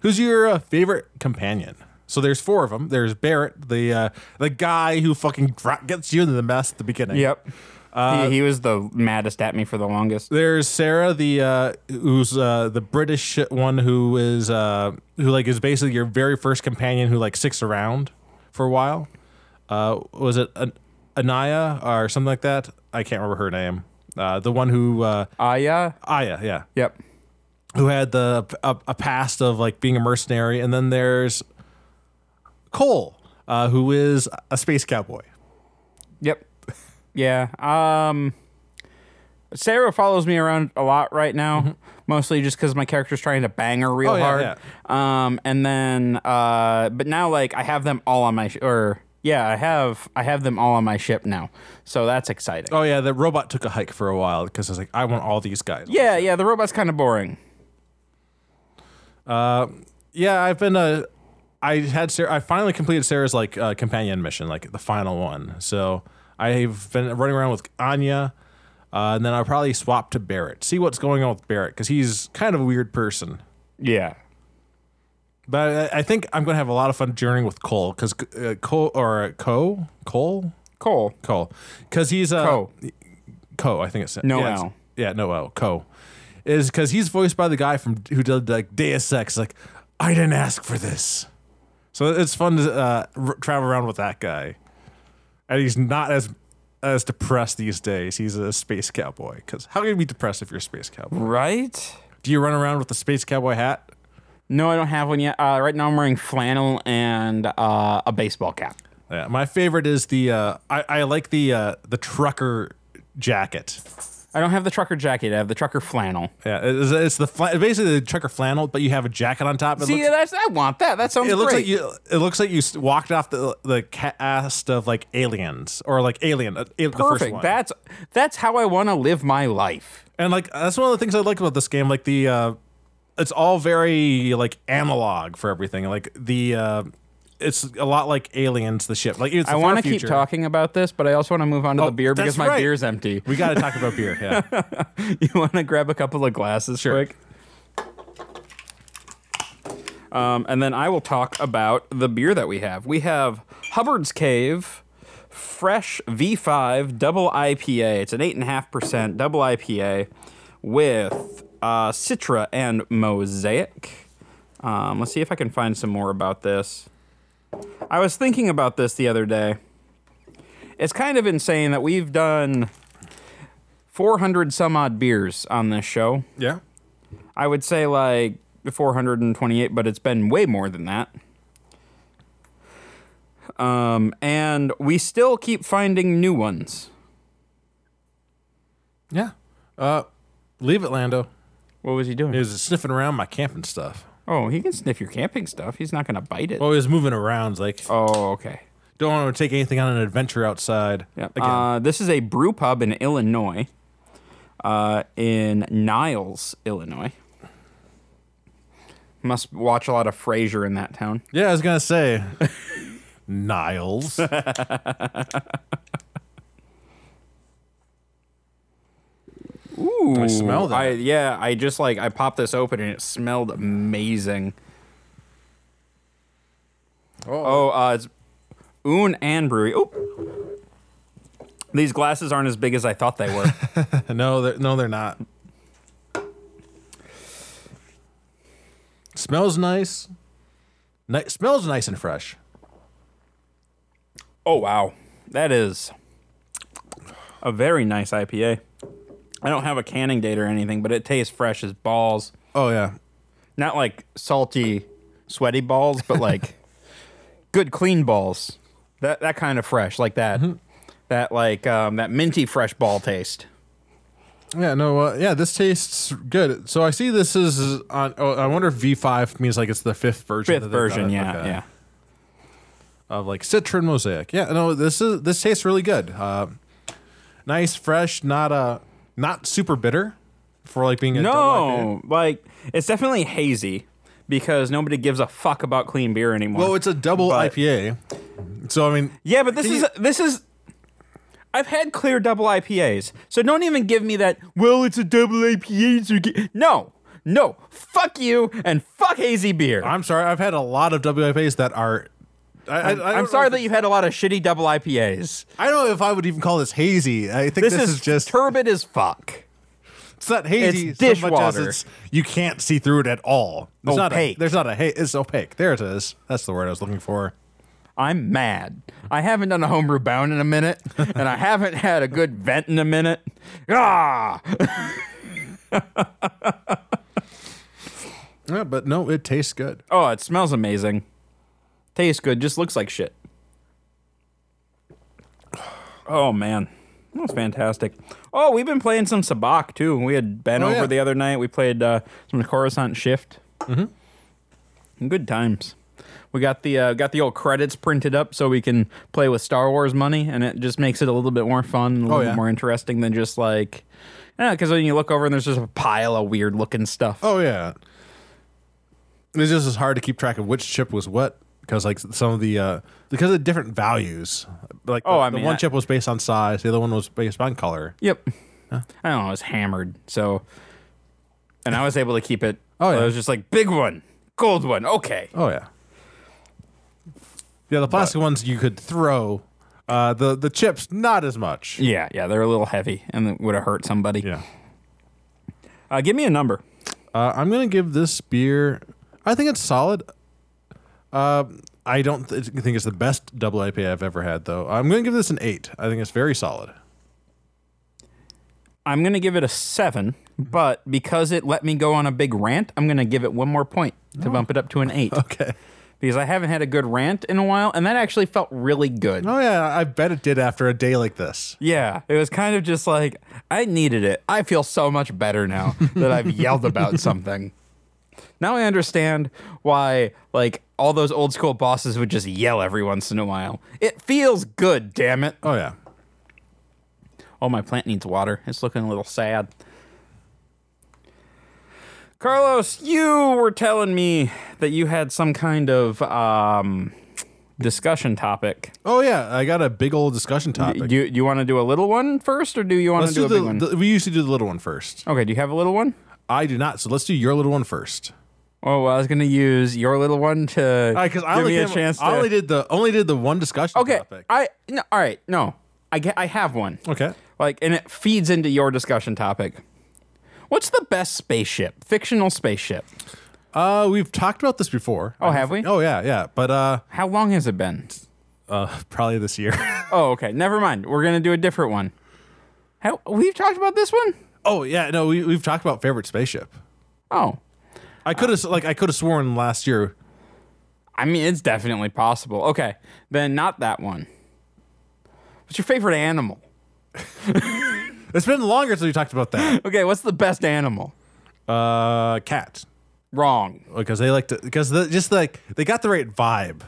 Speaker 3: Who's your uh, favorite companion? So there's four of them. There's Barrett, the uh, the guy who fucking dra- gets you into the mess at the beginning.
Speaker 2: Yep.
Speaker 3: Uh,
Speaker 2: he, he was the maddest at me for the longest.
Speaker 3: There's Sarah, the uh, who's uh, the British one who is uh, who like is basically your very first companion who like sticks around for a while. Uh, was it An- Anaya or something like that? I can't remember her name. Uh, the one who uh,
Speaker 2: Aya.
Speaker 3: Aya, yeah,
Speaker 2: Yep.
Speaker 3: who had the a, a past of like being a mercenary, and then there's Cole, uh, who is a space cowboy.
Speaker 2: Yep. Yeah. Um Sarah follows me around a lot right now, mostly just because my character's trying to bang her real
Speaker 3: Mm-hmm. Oh, yeah,
Speaker 2: hard. Um, and then, uh, but now like I have them all on my sh- or yeah, I have I have them all on my ship now, so that's exciting.
Speaker 3: Oh yeah, the robot took a hike for a while because I was like, I want all these guys.
Speaker 2: Yeah, yeah. The robot's kind of boring.
Speaker 3: yeah i've been uh, i had sarah i finally completed sarah's like uh, companion mission like the final one so i've been running around with anya uh, and then i'll probably swap to barrett see what's going on with barrett because he's kind of a weird person
Speaker 2: Yeah.
Speaker 3: but i, I think i'm going to have a lot of fun journeying with cole because uh, cole or uh, co cole
Speaker 2: Cole.
Speaker 3: cole because he's uh,
Speaker 2: Co.
Speaker 3: co i think it's
Speaker 2: No
Speaker 3: yeah, it's-
Speaker 2: L.
Speaker 3: yeah no L, co is because he's voiced by the guy from who did like deus ex like i didn't ask for this so it's fun to uh, r- travel around with that guy and he's not as as depressed these days he's a space cowboy because how can you be depressed if you're a space cowboy
Speaker 2: Right.
Speaker 3: do you run around with the space cowboy hat
Speaker 2: No, I don't have one yet. Uh, right now, I'm wearing flannel and uh, a baseball cap.
Speaker 3: yeah, my favorite is the uh, I, I like the uh, the trucker jacket
Speaker 2: I don't have the trucker jacket. I have the trucker flannel.
Speaker 3: yeah it's, it's the fla- basically the trucker flannel but you have a jacket on top It
Speaker 2: See,
Speaker 3: looks-
Speaker 2: that's, I want that. That sounds
Speaker 3: It looks
Speaker 2: great.
Speaker 3: like you. It looks like you s- walked off the the cast of like Aliens or like Alien, uh, al- the first
Speaker 2: Perfect.
Speaker 3: one.
Speaker 2: That's that's how I want to live my life.
Speaker 3: and like that's one of the things I like about this game. Like the, uh, it's all very like analog for everything. Like the, uh, it's a lot like Aliens, the ship. Like it's
Speaker 2: I
Speaker 3: want to
Speaker 2: keep talking about this, but I also want to move on to the beer because
Speaker 3: that's
Speaker 2: my
Speaker 3: right.
Speaker 2: beer's empty.
Speaker 3: We got to talk about beer. Yeah,
Speaker 2: you want to grab a couple of glasses
Speaker 3: Sure.
Speaker 2: quick? Um, and then I will talk about the beer that we have. We have Hubbard's Cave Fresh V5 Double IPA. It's an 8.5% double IPA with uh, Citra and Mosaic. Um, let's see if I can find some more about this. I was thinking about this the other day. It's kind of insane that we've done 400 some odd beers on this show.
Speaker 3: yeah.
Speaker 2: I would say like 428, but it's been way more than that. Um, and we still keep finding new ones.
Speaker 3: Yeah. Uh, leave it, Lando.
Speaker 2: What was he doing?
Speaker 3: He was sniffing around my camping stuff.
Speaker 2: oh, he can sniff your camping stuff. He's not going to bite it.
Speaker 3: Oh, he was moving around. Like
Speaker 2: Oh, okay.
Speaker 3: don't want to take anything on an adventure outside.
Speaker 2: Yep.
Speaker 3: Again.
Speaker 2: Uh, this is a brew pub in Illinois, uh, in Niles, Illinois. Must watch a lot of Frasier in that town.
Speaker 3: Yeah, I was gonna say Niles.
Speaker 2: Ooh, I
Speaker 3: smell that.
Speaker 2: yeah, I just like I popped this open and it smelled amazing. Oh, uh, it's Oon and Brewery. Oop. These glasses aren't as big as I thought they were.
Speaker 3: no, they're, no, they're not. Smells nice. Ni- smells nice and fresh.
Speaker 2: oh wow, that is a very nice IPA. I don't have a canning date or anything, but it tastes fresh as balls.
Speaker 3: Oh yeah,
Speaker 2: Not like salty, sweaty balls, but like good clean balls. That that kind of fresh, like that.
Speaker 3: Mm-hmm.
Speaker 2: That like um, that minty fresh ball taste.
Speaker 3: yeah. No, uh, yeah. This tastes good. So I see this is on. Oh, I wonder if V five means like it's the fifth version.
Speaker 2: Fifth
Speaker 3: that they've
Speaker 2: version,
Speaker 3: done it.
Speaker 2: yeah,
Speaker 3: Okay.
Speaker 2: yeah.
Speaker 3: Of like Citron Mosaic. Yeah. No, this is this tastes really good. Uh, nice, fresh, not uh, not super bitter for like being a double IPA.
Speaker 2: No, like it's definitely hazy because nobody gives a fuck about clean beer anymore.
Speaker 3: Well, it's a double
Speaker 2: But-
Speaker 3: IPA. So I mean,
Speaker 2: yeah, but this
Speaker 3: can
Speaker 2: is
Speaker 3: you-
Speaker 2: this is. I've had clear double IPAs, so don't even give me that. Well, it's a double IPA, so get-" no, no, fuck you and fuck hazy beer.
Speaker 3: I'm sorry, I've had a lot of WIPAs that are. I, I, I don't know
Speaker 2: I'm sorry
Speaker 3: if-
Speaker 2: that you've had a lot of shitty double IPAs.
Speaker 3: I don't know if I would even call this hazy. I think
Speaker 2: This,
Speaker 3: this,
Speaker 2: is,
Speaker 3: is, just
Speaker 2: turbid as fuck.
Speaker 3: it's not hazy
Speaker 2: it's
Speaker 3: so much as
Speaker 2: dishwater.
Speaker 3: it's you can't see through it at all. There's not a,
Speaker 2: Opaque.
Speaker 3: there's not a ha- it's opaque. There it is. That's the word I was looking for.
Speaker 2: I'm mad. I haven't done a homebrew bound in a minute, and I haven't had a good vent in a minute. Ah,
Speaker 3: Yeah, but no, it tastes good.
Speaker 2: oh, it smells amazing. Tastes good. Just looks like shit. Oh man, that was fantastic. Oh, we've been playing some Sabak too. We had Ben
Speaker 3: Oh,
Speaker 2: over
Speaker 3: yeah.
Speaker 2: the other night. We played uh, some Coruscant Shift. Mm-hmm. Good times. We got the uh, got the old credits printed up so we can play with Star Wars money, and it just makes it a little bit more fun, a little
Speaker 3: Oh,
Speaker 2: bit
Speaker 3: yeah.
Speaker 2: more interesting than just like, yeah. Because when you look over and there's just a pile of weird looking stuff.
Speaker 3: Oh yeah. It's just as hard to keep track of which chip was what because like some of the uh because of different values. Like the,
Speaker 2: Oh, I
Speaker 3: the
Speaker 2: mean,
Speaker 3: one
Speaker 2: I-
Speaker 3: chip was based on size, the other one was based on color.
Speaker 2: Yep. I don't know. I was hammered. So, and I was able to keep it.
Speaker 3: Oh, yeah.
Speaker 2: I was just like, big one, gold one. Okay.
Speaker 3: Oh yeah. Yeah, the plastic ones you could throw. Uh, the the chips not as much.
Speaker 2: Yeah. Yeah. They're a little heavy and it would have hurt somebody.
Speaker 3: Yeah.
Speaker 2: Uh, give me a number.
Speaker 3: Uh, I'm gonna give this beer. I think it's solid. Uh, I don't th- think it's the best double IPA I've ever had though. I'm gonna give this an eight. I think it's very solid.
Speaker 2: I'm going to give it a seven,
Speaker 3: Mm-hmm.
Speaker 2: but because it let me go on a big rant, I'm going to give it one more point
Speaker 3: Oh.
Speaker 2: to bump it up to an eight
Speaker 3: Okay.
Speaker 2: because I haven't had a good rant in a while. And that actually felt really good.
Speaker 3: Oh yeah, I bet it did after a day like this.
Speaker 2: Yeah, it was kind of just like I needed it. I feel so much better now that I've yelled about something. Now I understand why like all those old school bosses would just yell every once in a while. It feels good, damn it.
Speaker 3: Oh yeah.
Speaker 2: Oh, my plant needs water. It's looking a little sad. Carlos, you were telling me that you had some kind of um, discussion topic.
Speaker 3: Oh yeah, I got a big old discussion
Speaker 2: Do
Speaker 3: topic.
Speaker 2: you, do you want to do a little one first, or do you want
Speaker 3: let's
Speaker 2: to
Speaker 3: do,
Speaker 2: do, a big
Speaker 3: the,
Speaker 2: one?
Speaker 3: the. We usually do the little one first.
Speaker 2: okay, do you have a little one?
Speaker 3: I do not. So let's do your little one first.
Speaker 2: Oh, well, I was gonna use your little one to
Speaker 3: Because I
Speaker 2: give
Speaker 3: only
Speaker 2: me a
Speaker 3: came-
Speaker 2: chance. To...
Speaker 3: I only did the only did the one discussion
Speaker 2: okay,
Speaker 3: topic.
Speaker 2: I no, all right, no, I get, I have one.
Speaker 3: Okay.
Speaker 2: Like, and it feeds into your discussion topic. What's the best spaceship? Fictional spaceship.
Speaker 3: Uh, we've talked about this before.
Speaker 2: Oh, have we?
Speaker 3: Oh yeah, yeah. But uh,
Speaker 2: How long has it been?
Speaker 3: uh probably this year.
Speaker 2: Oh, okay, never mind. We're gonna do a different one. How we've talked about this one?
Speaker 3: oh yeah, no, we we've talked about favorite spaceship.
Speaker 2: Oh,
Speaker 3: I could have like I could have sworn last year.
Speaker 2: I mean, it's definitely possible. Okay, then not that one. What's your favorite animal?
Speaker 3: It's been longer since we talked about that.
Speaker 2: Okay, what's the best animal?
Speaker 3: Uh, cat
Speaker 2: Wrong.
Speaker 3: because they like to because the, just like they got the right vibe.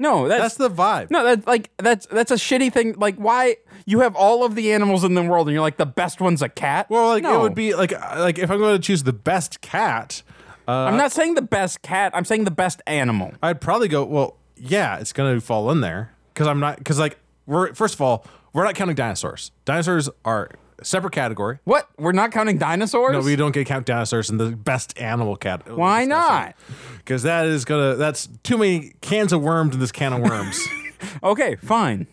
Speaker 2: No,
Speaker 3: That's the vibe.
Speaker 2: No, that's like that's that's a shitty thing. Like, why you have all of the animals in the world, and you're like the best one's a cat?
Speaker 3: Well, like
Speaker 2: No.
Speaker 3: it would be like uh, like if I'm going to choose the best cat,
Speaker 2: I'm
Speaker 3: uh,
Speaker 2: not saying the best cat. I'm saying the best animal.
Speaker 3: I'd probably go. Well, yeah, it's going to fall in there because I'm not because like we're first of all we're not counting dinosaurs. Dinosaurs are a separate category.
Speaker 2: What? We're not counting dinosaurs.
Speaker 3: No, we don't get count dinosaurs in the best animal cat.
Speaker 2: Why not?
Speaker 3: Because that is gonna. That's too many cans of worms in this can of worms.
Speaker 2: Okay, fine.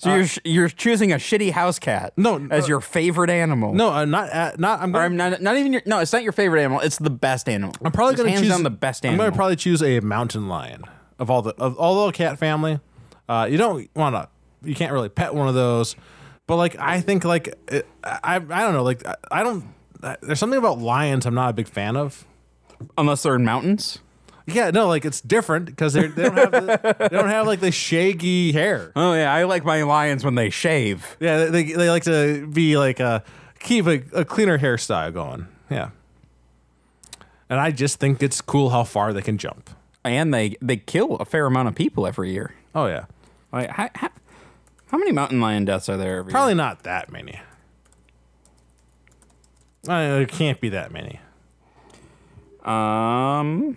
Speaker 2: So you're sh- you're choosing a shitty house cat.
Speaker 3: Uh, No,
Speaker 2: as
Speaker 3: no.
Speaker 2: your favorite animal.
Speaker 3: no, I'm not. Uh, not. I'm.
Speaker 2: Or
Speaker 3: Gonna,
Speaker 2: I'm
Speaker 3: I'm,
Speaker 2: not not even your. No, it's not your favorite animal. It's the best animal. I'm
Speaker 3: probably
Speaker 2: Just
Speaker 3: gonna
Speaker 2: hands
Speaker 3: choose
Speaker 2: down the best
Speaker 3: I'm
Speaker 2: animal.
Speaker 3: gonna probably choose a mountain lion of all the of all the cat family. Uh, you don't want to. You can't really pet one of those. But like, I think like it, I I don't know. Like I, I don't. I- There's something about lions I'm not a big fan of.
Speaker 2: Unless they're in mountains.
Speaker 3: Yeah, no, like it's different because they don't have the, they don't have like the shaggy hair.
Speaker 2: Oh yeah, I like my lions when they shave.
Speaker 3: Yeah, they, they, they like to be like a keep a, a cleaner hairstyle going. Yeah, and I just think it's cool how far they can jump.
Speaker 2: and they they kill a fair amount of people every year.
Speaker 3: Oh yeah,
Speaker 2: Like how, how, how many mountain lion deaths are there every
Speaker 3: probably not that many. Uh, there can't be that many.
Speaker 2: Um.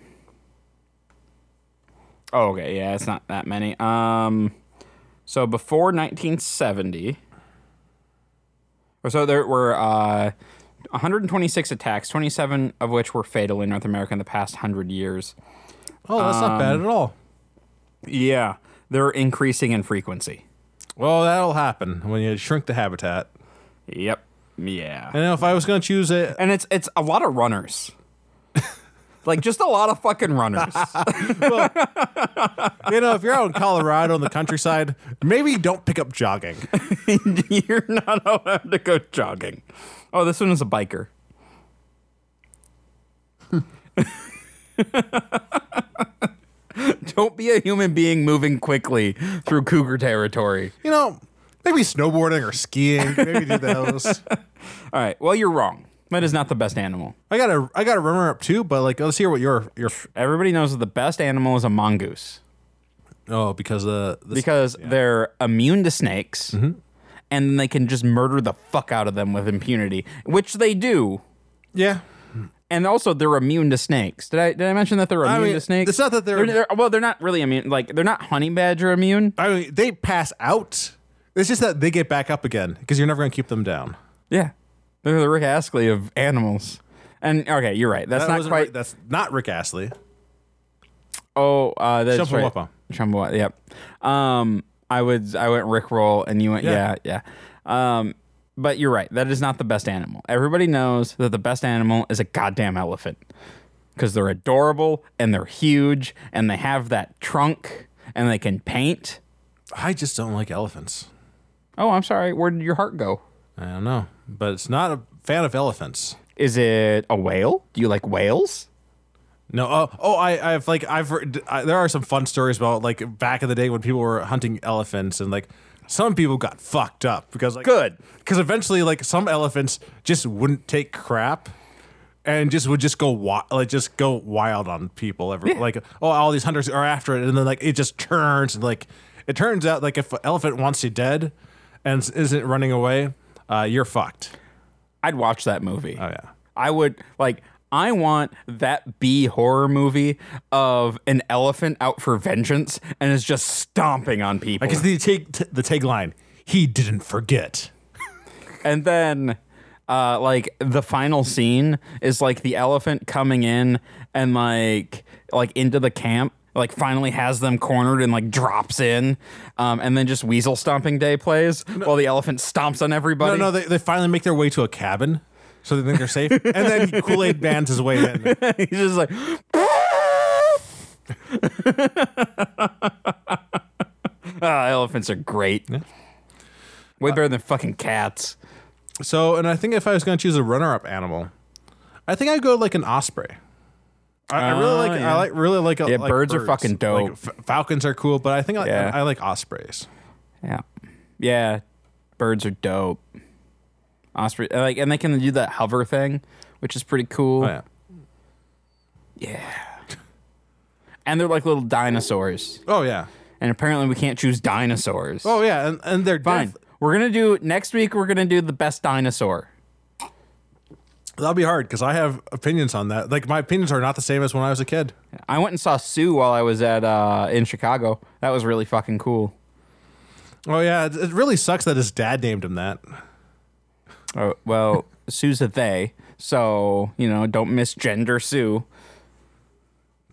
Speaker 2: Oh, okay. Yeah, it's not that many. Um. So before 1970, or so there were uh, 126 attacks, 27 of which were fatal in North America in the past hundred years.
Speaker 3: Oh, that's not bad at all.
Speaker 2: Yeah, they're increasing in frequency.
Speaker 3: Well, that'll happen when you shrink the habitat.
Speaker 2: Yep. Yeah.
Speaker 3: And if I was going to choose it,
Speaker 2: And it's it's a lot of runners. like just a lot of fucking runners.
Speaker 3: you know, if you're out in Colorado in the countryside, maybe don't pick up jogging.
Speaker 2: You're not allowed to go jogging. Oh, this one is a biker. Don't be a human being moving quickly through cougar territory.
Speaker 3: You know, maybe snowboarding or skiing. Maybe do those.
Speaker 2: All right. Well, you're wrong. That is not the best animal.
Speaker 3: I got a I got a runner up too, but like let's hear what your your
Speaker 2: Everybody knows that the best animal is a mongoose
Speaker 3: oh because the, the
Speaker 2: because they're immune to snakes and they can just murder the fuck out of them with impunity, which they do.
Speaker 3: yeah
Speaker 2: and also they're immune to snakes. Did I did I mention that they're immune
Speaker 3: mean,
Speaker 2: to snakes?
Speaker 3: it's not that they're-
Speaker 2: well, they're not really immune. Like they're not honey badger immune.
Speaker 3: I mean they pass out. It's just that they get back up again because you're never gonna keep them down.
Speaker 2: Yeah, they're the Rick Astley of animals. And okay, you're right. That's
Speaker 3: That
Speaker 2: not
Speaker 3: wasn't
Speaker 2: quite.
Speaker 3: Rick- that's not Rick Astley.
Speaker 2: oh, uh, that's
Speaker 3: Chumbawamba.
Speaker 2: right. Chumbawamba. Yep. Um, I would I went Rick roll, and you went yeah
Speaker 3: Yeah.
Speaker 2: yeah. Um, but you're right. That is not the best animal. Everybody knows that the best animal is a goddamn elephant because they're adorable and they're huge and they have that trunk and they can paint.
Speaker 3: I just don't like elephants.
Speaker 2: Oh, I'm sorry. Where did your heart go?
Speaker 3: I don't know, but it's not a fan of elephants.
Speaker 2: Is it a whale? Do you like whales?
Speaker 3: No, oh, oh, I, I've like, I've heard, I, there are some fun stories about like back in the day when people were hunting elephants and like some people got fucked up because like
Speaker 2: Good.
Speaker 3: because eventually like some elephants just wouldn't take crap and just would just go wild like just go wild on people every like oh all these hunters are after it and then like it just turns and like it turns out like if an elephant wants you dead and s- isn't running away uh, you're fucked
Speaker 2: I'd watch that movie.
Speaker 3: oh yeah
Speaker 2: I would like I want that B horror movie of an elephant out for vengeance and is just stomping on people.
Speaker 3: because the take t- the tagline he didn't forget
Speaker 2: and then uh, like the final scene is like the elephant coming in and like like into the camp like finally has them cornered and like drops in um, and then just weasel stomping day plays while the elephant stomps on everybody
Speaker 3: No, no, they, they finally make their way to a cabin, so they think they're safe, and then Kool Aid bands his way in.
Speaker 2: He's just like, Ah, elephants are great. Way better than fucking cats.
Speaker 3: So, and I think if I was going to choose a runner-up animal, I think I'd go like an osprey. I, I really
Speaker 2: Oh,
Speaker 3: like.
Speaker 2: yeah.
Speaker 3: I like really like.
Speaker 2: Yeah,
Speaker 3: like
Speaker 2: birds are fucking dope.
Speaker 3: Like, f- falcons are cool, but I think I,
Speaker 2: Yeah.
Speaker 3: I, like ospreys.
Speaker 2: Yeah, yeah. Birds are dope. Osprey, like, and they can do that hover thing, which is pretty cool.
Speaker 3: Oh, yeah.
Speaker 2: And they're like little dinosaurs.
Speaker 3: Oh yeah.
Speaker 2: And apparently, we can't choose dinosaurs.
Speaker 3: Oh yeah. And, and they're
Speaker 2: fine.
Speaker 3: def-
Speaker 2: we're gonna do next week. We're gonna do the best dinosaur.
Speaker 3: That'll be hard because I have opinions on that. Like my opinions are not the same as when I was a kid.
Speaker 2: I went and saw Sue while I was at uh, in Chicago. That was really fucking cool.
Speaker 3: Oh yeah. It, it really sucks that his dad named him that.
Speaker 2: Oh, well, Sue's a they, so you know, don't misgender Sue.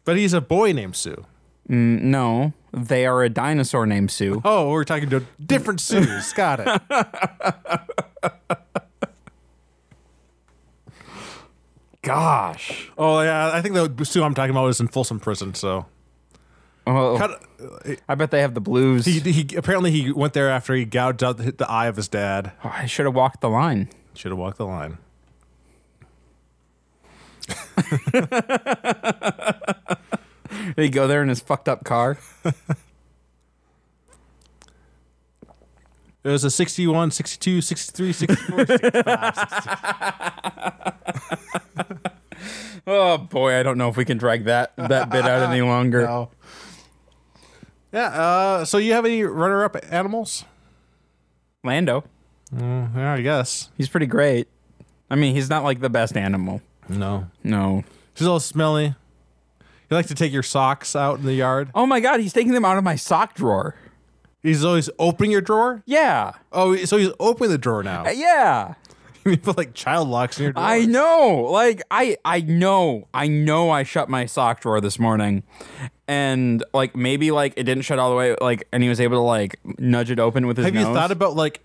Speaker 3: But he's a boy named Sue.
Speaker 2: N- No, they are a dinosaur named Sue.
Speaker 3: Oh, we're talking to different Sues. Got it.
Speaker 2: Gosh.
Speaker 3: Oh yeah, I think the Sue I'm talking about was in Folsom Prison. So
Speaker 2: Oh,
Speaker 3: Cut-
Speaker 2: I bet they have the blues.
Speaker 3: he, he apparently he went there after he gouged out hit the eye of his dad.
Speaker 2: Oh, I should have walked the line.
Speaker 3: Should have walked the line.
Speaker 2: Did he go there in his fucked up car?
Speaker 3: It was a 61, 62, 63, 64, 65, 66.
Speaker 2: Oh boy, I don't know if we can drag that that bit out any longer.
Speaker 3: Yeah. Uh, so you have any runner-up animals?
Speaker 2: Lando,
Speaker 3: Yeah, I guess.
Speaker 2: he's pretty great. I mean, he's not like the best animal.
Speaker 3: No.
Speaker 2: No.
Speaker 3: She's a little smelly. You like to take your socks out in the yard.
Speaker 2: Oh my god, he's taking them out of my sock drawer.
Speaker 3: He's always opening your drawer.
Speaker 2: Yeah.
Speaker 3: Oh, so he's opening the drawer now.
Speaker 2: Yeah.
Speaker 3: you put like child locks in your drawer.
Speaker 2: I know. Like I I know. I know I shut my sock drawer this morning. And like maybe like it didn't shut all the way like and he was able to like nudge it open with his
Speaker 3: Have you
Speaker 2: nose.
Speaker 3: thought about like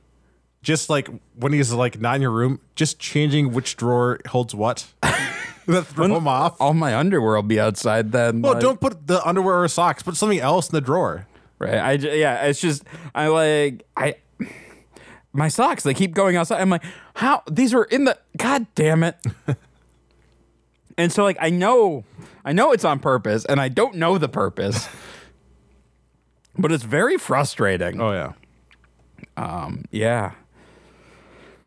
Speaker 3: just like when he's like not in your room, just changing which drawer holds what? that throw him off.
Speaker 2: all my underwear will be outside then.
Speaker 3: Well,
Speaker 2: like-
Speaker 3: don't put the underwear or socks. Put something else in the drawer.
Speaker 2: Right. I j- yeah, it's just I like I my socks they keep going outside. I'm like, "How these are in the god damn it." and so like I know I know it's on purpose and I don't know the purpose. But it's very frustrating. Um,
Speaker 3: Oh yeah.
Speaker 2: Yeah.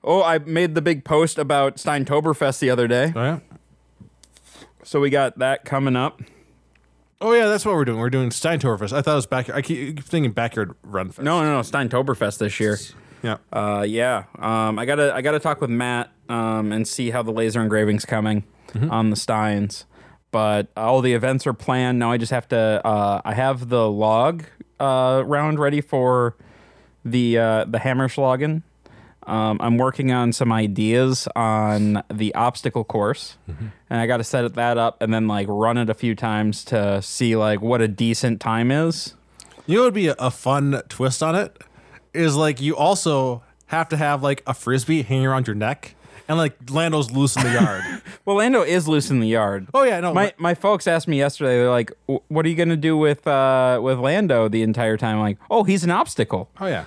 Speaker 2: Oh, I made the big post about Steintoberfest the other day.
Speaker 3: Oh yeah.
Speaker 2: So we got that coming up.
Speaker 3: Oh yeah. That's what we're doing. We're doing Steintorfest. I thought it was back. I keep keep thinking backyard run fest.
Speaker 2: No, no, no, Steintoberfest this year.
Speaker 3: Yeah.
Speaker 2: Uh, yeah. Um, I gotta I gotta talk with Matt um, and see how the laser engraving's coming on the Steins. But all the events are planned. Now I just have to. Uh, I have the log uh, round ready for the uh, the hammer slogan. Um, I'm working on some ideas on the obstacle course, and I got to set that up and then like run it a few times to see like what a decent time is.
Speaker 3: You know, what would be a, a fun twist on it is like you also have to have like a frisbee hanging around your neck, and like Lando's loose in the yard.
Speaker 2: Well, Lando is loose in the yard.
Speaker 3: Oh, yeah, no,
Speaker 2: My
Speaker 3: but-
Speaker 2: my folks asked me yesterday. They're like, "Wh- "What are you gonna do with uh with Lando the entire time?" I'm like, "Oh, he's an obstacle."
Speaker 3: Oh yeah.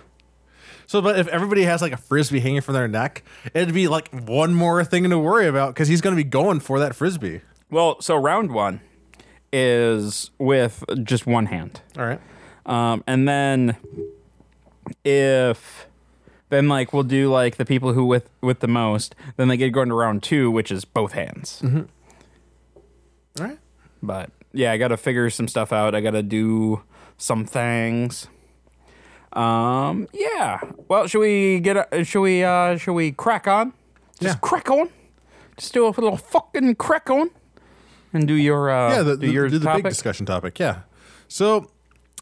Speaker 3: So, but if everybody has like a frisbee hanging from their neck, it'd be like one more thing to worry about because he's going to be going for that frisbee.
Speaker 2: Well, so round one is with just one hand,
Speaker 3: All right.
Speaker 2: um, and then if then like we'll do like the people who with with the most, then they get going to round two, which is both hands.
Speaker 3: All right.
Speaker 2: But yeah, I got to figure some stuff out. I got to do some things. Um, yeah. Well, should we get? A, should we? Uh, should we crack on? Just
Speaker 3: Yeah.
Speaker 2: crack on. Just do a little fucking crack on, and do your uh,
Speaker 3: Yeah. The,
Speaker 2: do
Speaker 3: the-
Speaker 2: your
Speaker 3: do the
Speaker 2: topic.
Speaker 3: big discussion topic. Yeah. So,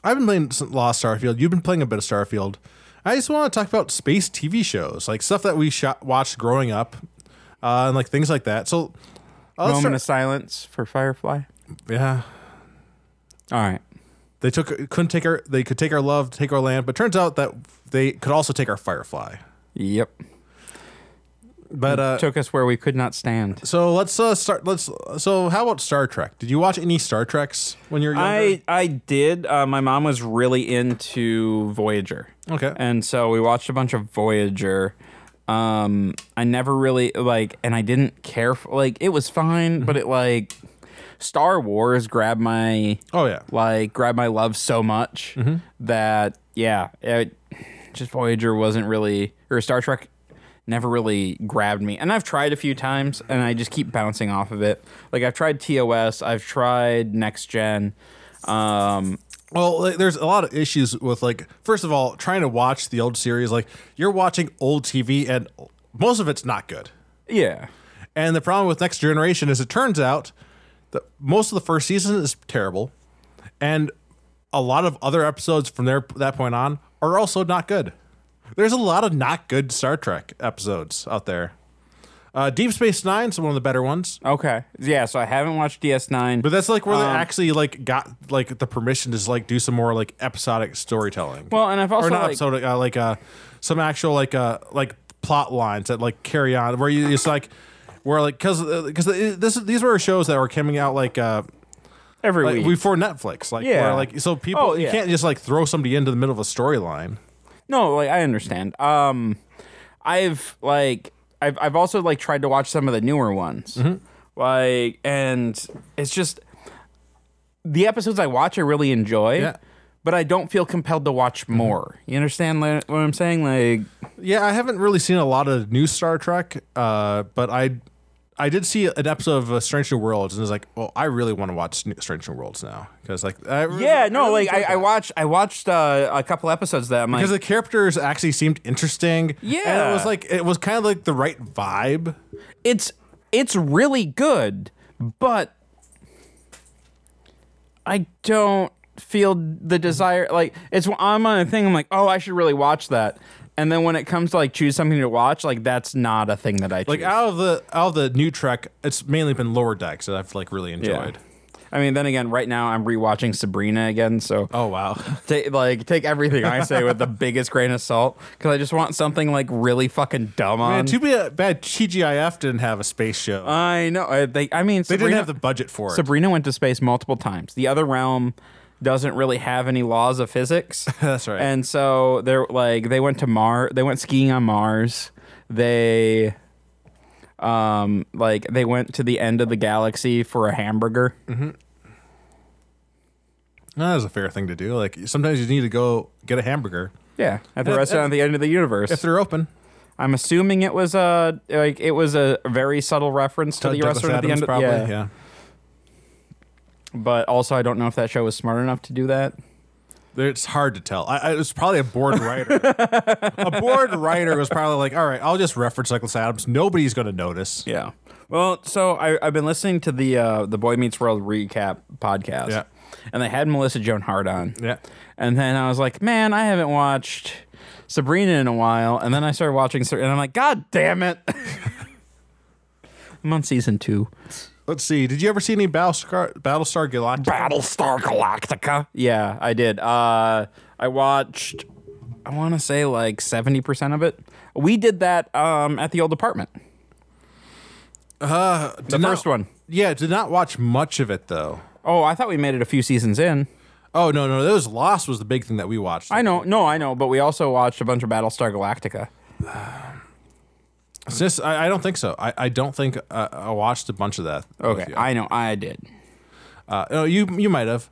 Speaker 3: I've been playing some Lost Starfield. You've been playing a bit of Starfield. I just want to talk about space TV shows, like stuff that we shot, watched growing up, uh, and like things like that. So, uh, let's
Speaker 2: Moment
Speaker 3: start-
Speaker 2: of silence for Firefly.
Speaker 3: yeah.
Speaker 2: All right.
Speaker 3: They took couldn't take our they could take our love, take our land, but turns out that they could also take our Firefly.
Speaker 2: Yep.
Speaker 3: But uh,
Speaker 2: Took us where we could not stand.
Speaker 3: So let's uh, start. Let's. So how about Star Trek? Did you watch any Star Treks when you were younger?
Speaker 2: I I did. Uh, my mom was really into Voyager.
Speaker 3: Okay.
Speaker 2: And so we watched a bunch of Voyager. Um, I never really like, and I didn't care for like it was fine, but it like Star Wars grabbed my
Speaker 3: oh yeah. Mm-hmm.
Speaker 2: like grabbed my love so much that yeah, it, just Voyager wasn't really or Star Trek never really grabbed me. And I've tried a few times, and I just keep bouncing off of it. Like I've tried TOS, I've tried Next Gen. Um,
Speaker 3: Well, like, there's a lot of issues with like. First of all, trying to watch the old series, like you're watching old TV, and most of it's not good.
Speaker 2: yeah.
Speaker 3: And the problem with Next Generation is, it turns out that most of the first season is terrible, and a lot of other episodes from there that point on are also not good. There's a lot of not good Star Trek episodes out there. Uh, Deep Space Nine's one of the better ones.
Speaker 2: Okay. Yeah, so I haven't watched DS9.
Speaker 3: But that's like where
Speaker 2: Um,
Speaker 3: they actually like got like the permission to just, like do some more like episodic storytelling.
Speaker 2: well, and I've also
Speaker 3: or not
Speaker 2: like,
Speaker 3: episodic, uh, like uh, some actual like uh, like plot lines that like carry on where you it's like where like because because this these were shows that were coming out like uh
Speaker 2: every
Speaker 3: like,
Speaker 2: week.
Speaker 3: before Netflix like
Speaker 2: Yeah.
Speaker 3: where, like so people
Speaker 2: Oh,
Speaker 3: you
Speaker 2: yeah.
Speaker 3: can't just like throw somebody into the middle of a storyline.
Speaker 2: No, like I understand. Um I've like I've I've also like tried to watch some of the newer ones.
Speaker 3: Mm-hmm.
Speaker 2: Like and it's just the episodes I watch I really enjoy.
Speaker 3: Yeah. Mm-hmm.
Speaker 2: But I don't feel compelled to watch more. You understand li- what I'm saying? Like,
Speaker 3: Yeah, I haven't really seen a lot of new Star Trek, uh, but I I did see an episode of uh, Strange New Worlds, and it's like, well, I really want to watch New- Strange New Worlds now because, like, I really-
Speaker 2: Yeah, no,
Speaker 3: really
Speaker 2: like
Speaker 3: enjoyed
Speaker 2: I, I
Speaker 3: that.
Speaker 2: watched I watched uh, a couple episodes of that I'm like
Speaker 3: because the characters actually seemed interesting. and
Speaker 2: Yeah.
Speaker 3: it was like it was kind of like the right vibe.
Speaker 2: it's it's really good, but I don't feel the desire. Like it's I'm on a thing. I'm like, oh, I should really watch that. And then when it comes to like choose something to watch, like that's not a thing that I choose.
Speaker 3: Like out of the out of the new Trek, it's mainly been lower decks that I've like really enjoyed.
Speaker 2: I mean, then again, right now I'm rewatching Sabrina again, so
Speaker 3: Oh wow,
Speaker 2: ta- like take everything I say with the biggest grain of salt because I just want something like really fucking dumb on.
Speaker 3: man, too bad, bad TGIF didn't have a space show.
Speaker 2: I know. I, they, I mean,
Speaker 3: they
Speaker 2: um, Sabrina,
Speaker 3: didn't have the budget for it.
Speaker 2: Sabrina went to space multiple times. The other realm doesn't really have any laws of physics.
Speaker 3: That's right.
Speaker 2: And so they're like they went to Mars. They went skiing on Mars. They um like they went to the end of the galaxy for a hamburger.
Speaker 3: No, that was a fair thing to do. Like sometimes you need to go get a hamburger
Speaker 2: Yeah, at the
Speaker 3: If-
Speaker 2: restaurant at the end of the universe.
Speaker 3: if they're open.
Speaker 2: I'm assuming it was a like it was a very subtle reference to the
Speaker 3: Uh, Douglas
Speaker 2: restaurant at the
Speaker 3: Adams
Speaker 2: end of
Speaker 3: probably.
Speaker 2: yeah.
Speaker 3: yeah.
Speaker 2: But also I don't know if that show was smart enough to do that.
Speaker 3: It's hard to tell. I, I, it was probably a bored writer. a bored writer was probably like, all right, I'll just reference Douglas Adams. Nobody's going to notice.
Speaker 2: Yeah. Well, so I, I've been listening to the uh, the Boy Meets World recap podcast.
Speaker 3: Yeah.
Speaker 2: And they had Melissa Joan Hart on.
Speaker 3: Yeah.
Speaker 2: And then I was like, man, I haven't watched Sabrina in a while. And then I started watching, Sab- and I'm like, God damn it! I'm on season two.
Speaker 3: Let's see. Did you ever see any Battlestar, Battlestar Galactica?
Speaker 2: Battlestar Galactica. Yeah, I did. Uh, I watched. I want to say like seventy percent of it. We did that um, at the old apartment. Uh, the
Speaker 3: not-
Speaker 2: first one.
Speaker 3: yeah, did not watch much of it though.
Speaker 2: Oh, I thought we made it a few seasons in.
Speaker 3: Oh no, no, those Lost was the big thing that we watched.
Speaker 2: I know, no, I know, but we also watched a bunch of Battlestar Galactica.
Speaker 3: It's just- I, I don't think so. I, I don't think uh, I watched a bunch of that. with
Speaker 2: Okay,
Speaker 3: you.
Speaker 2: I know, I did.
Speaker 3: Uh, no, you you might have.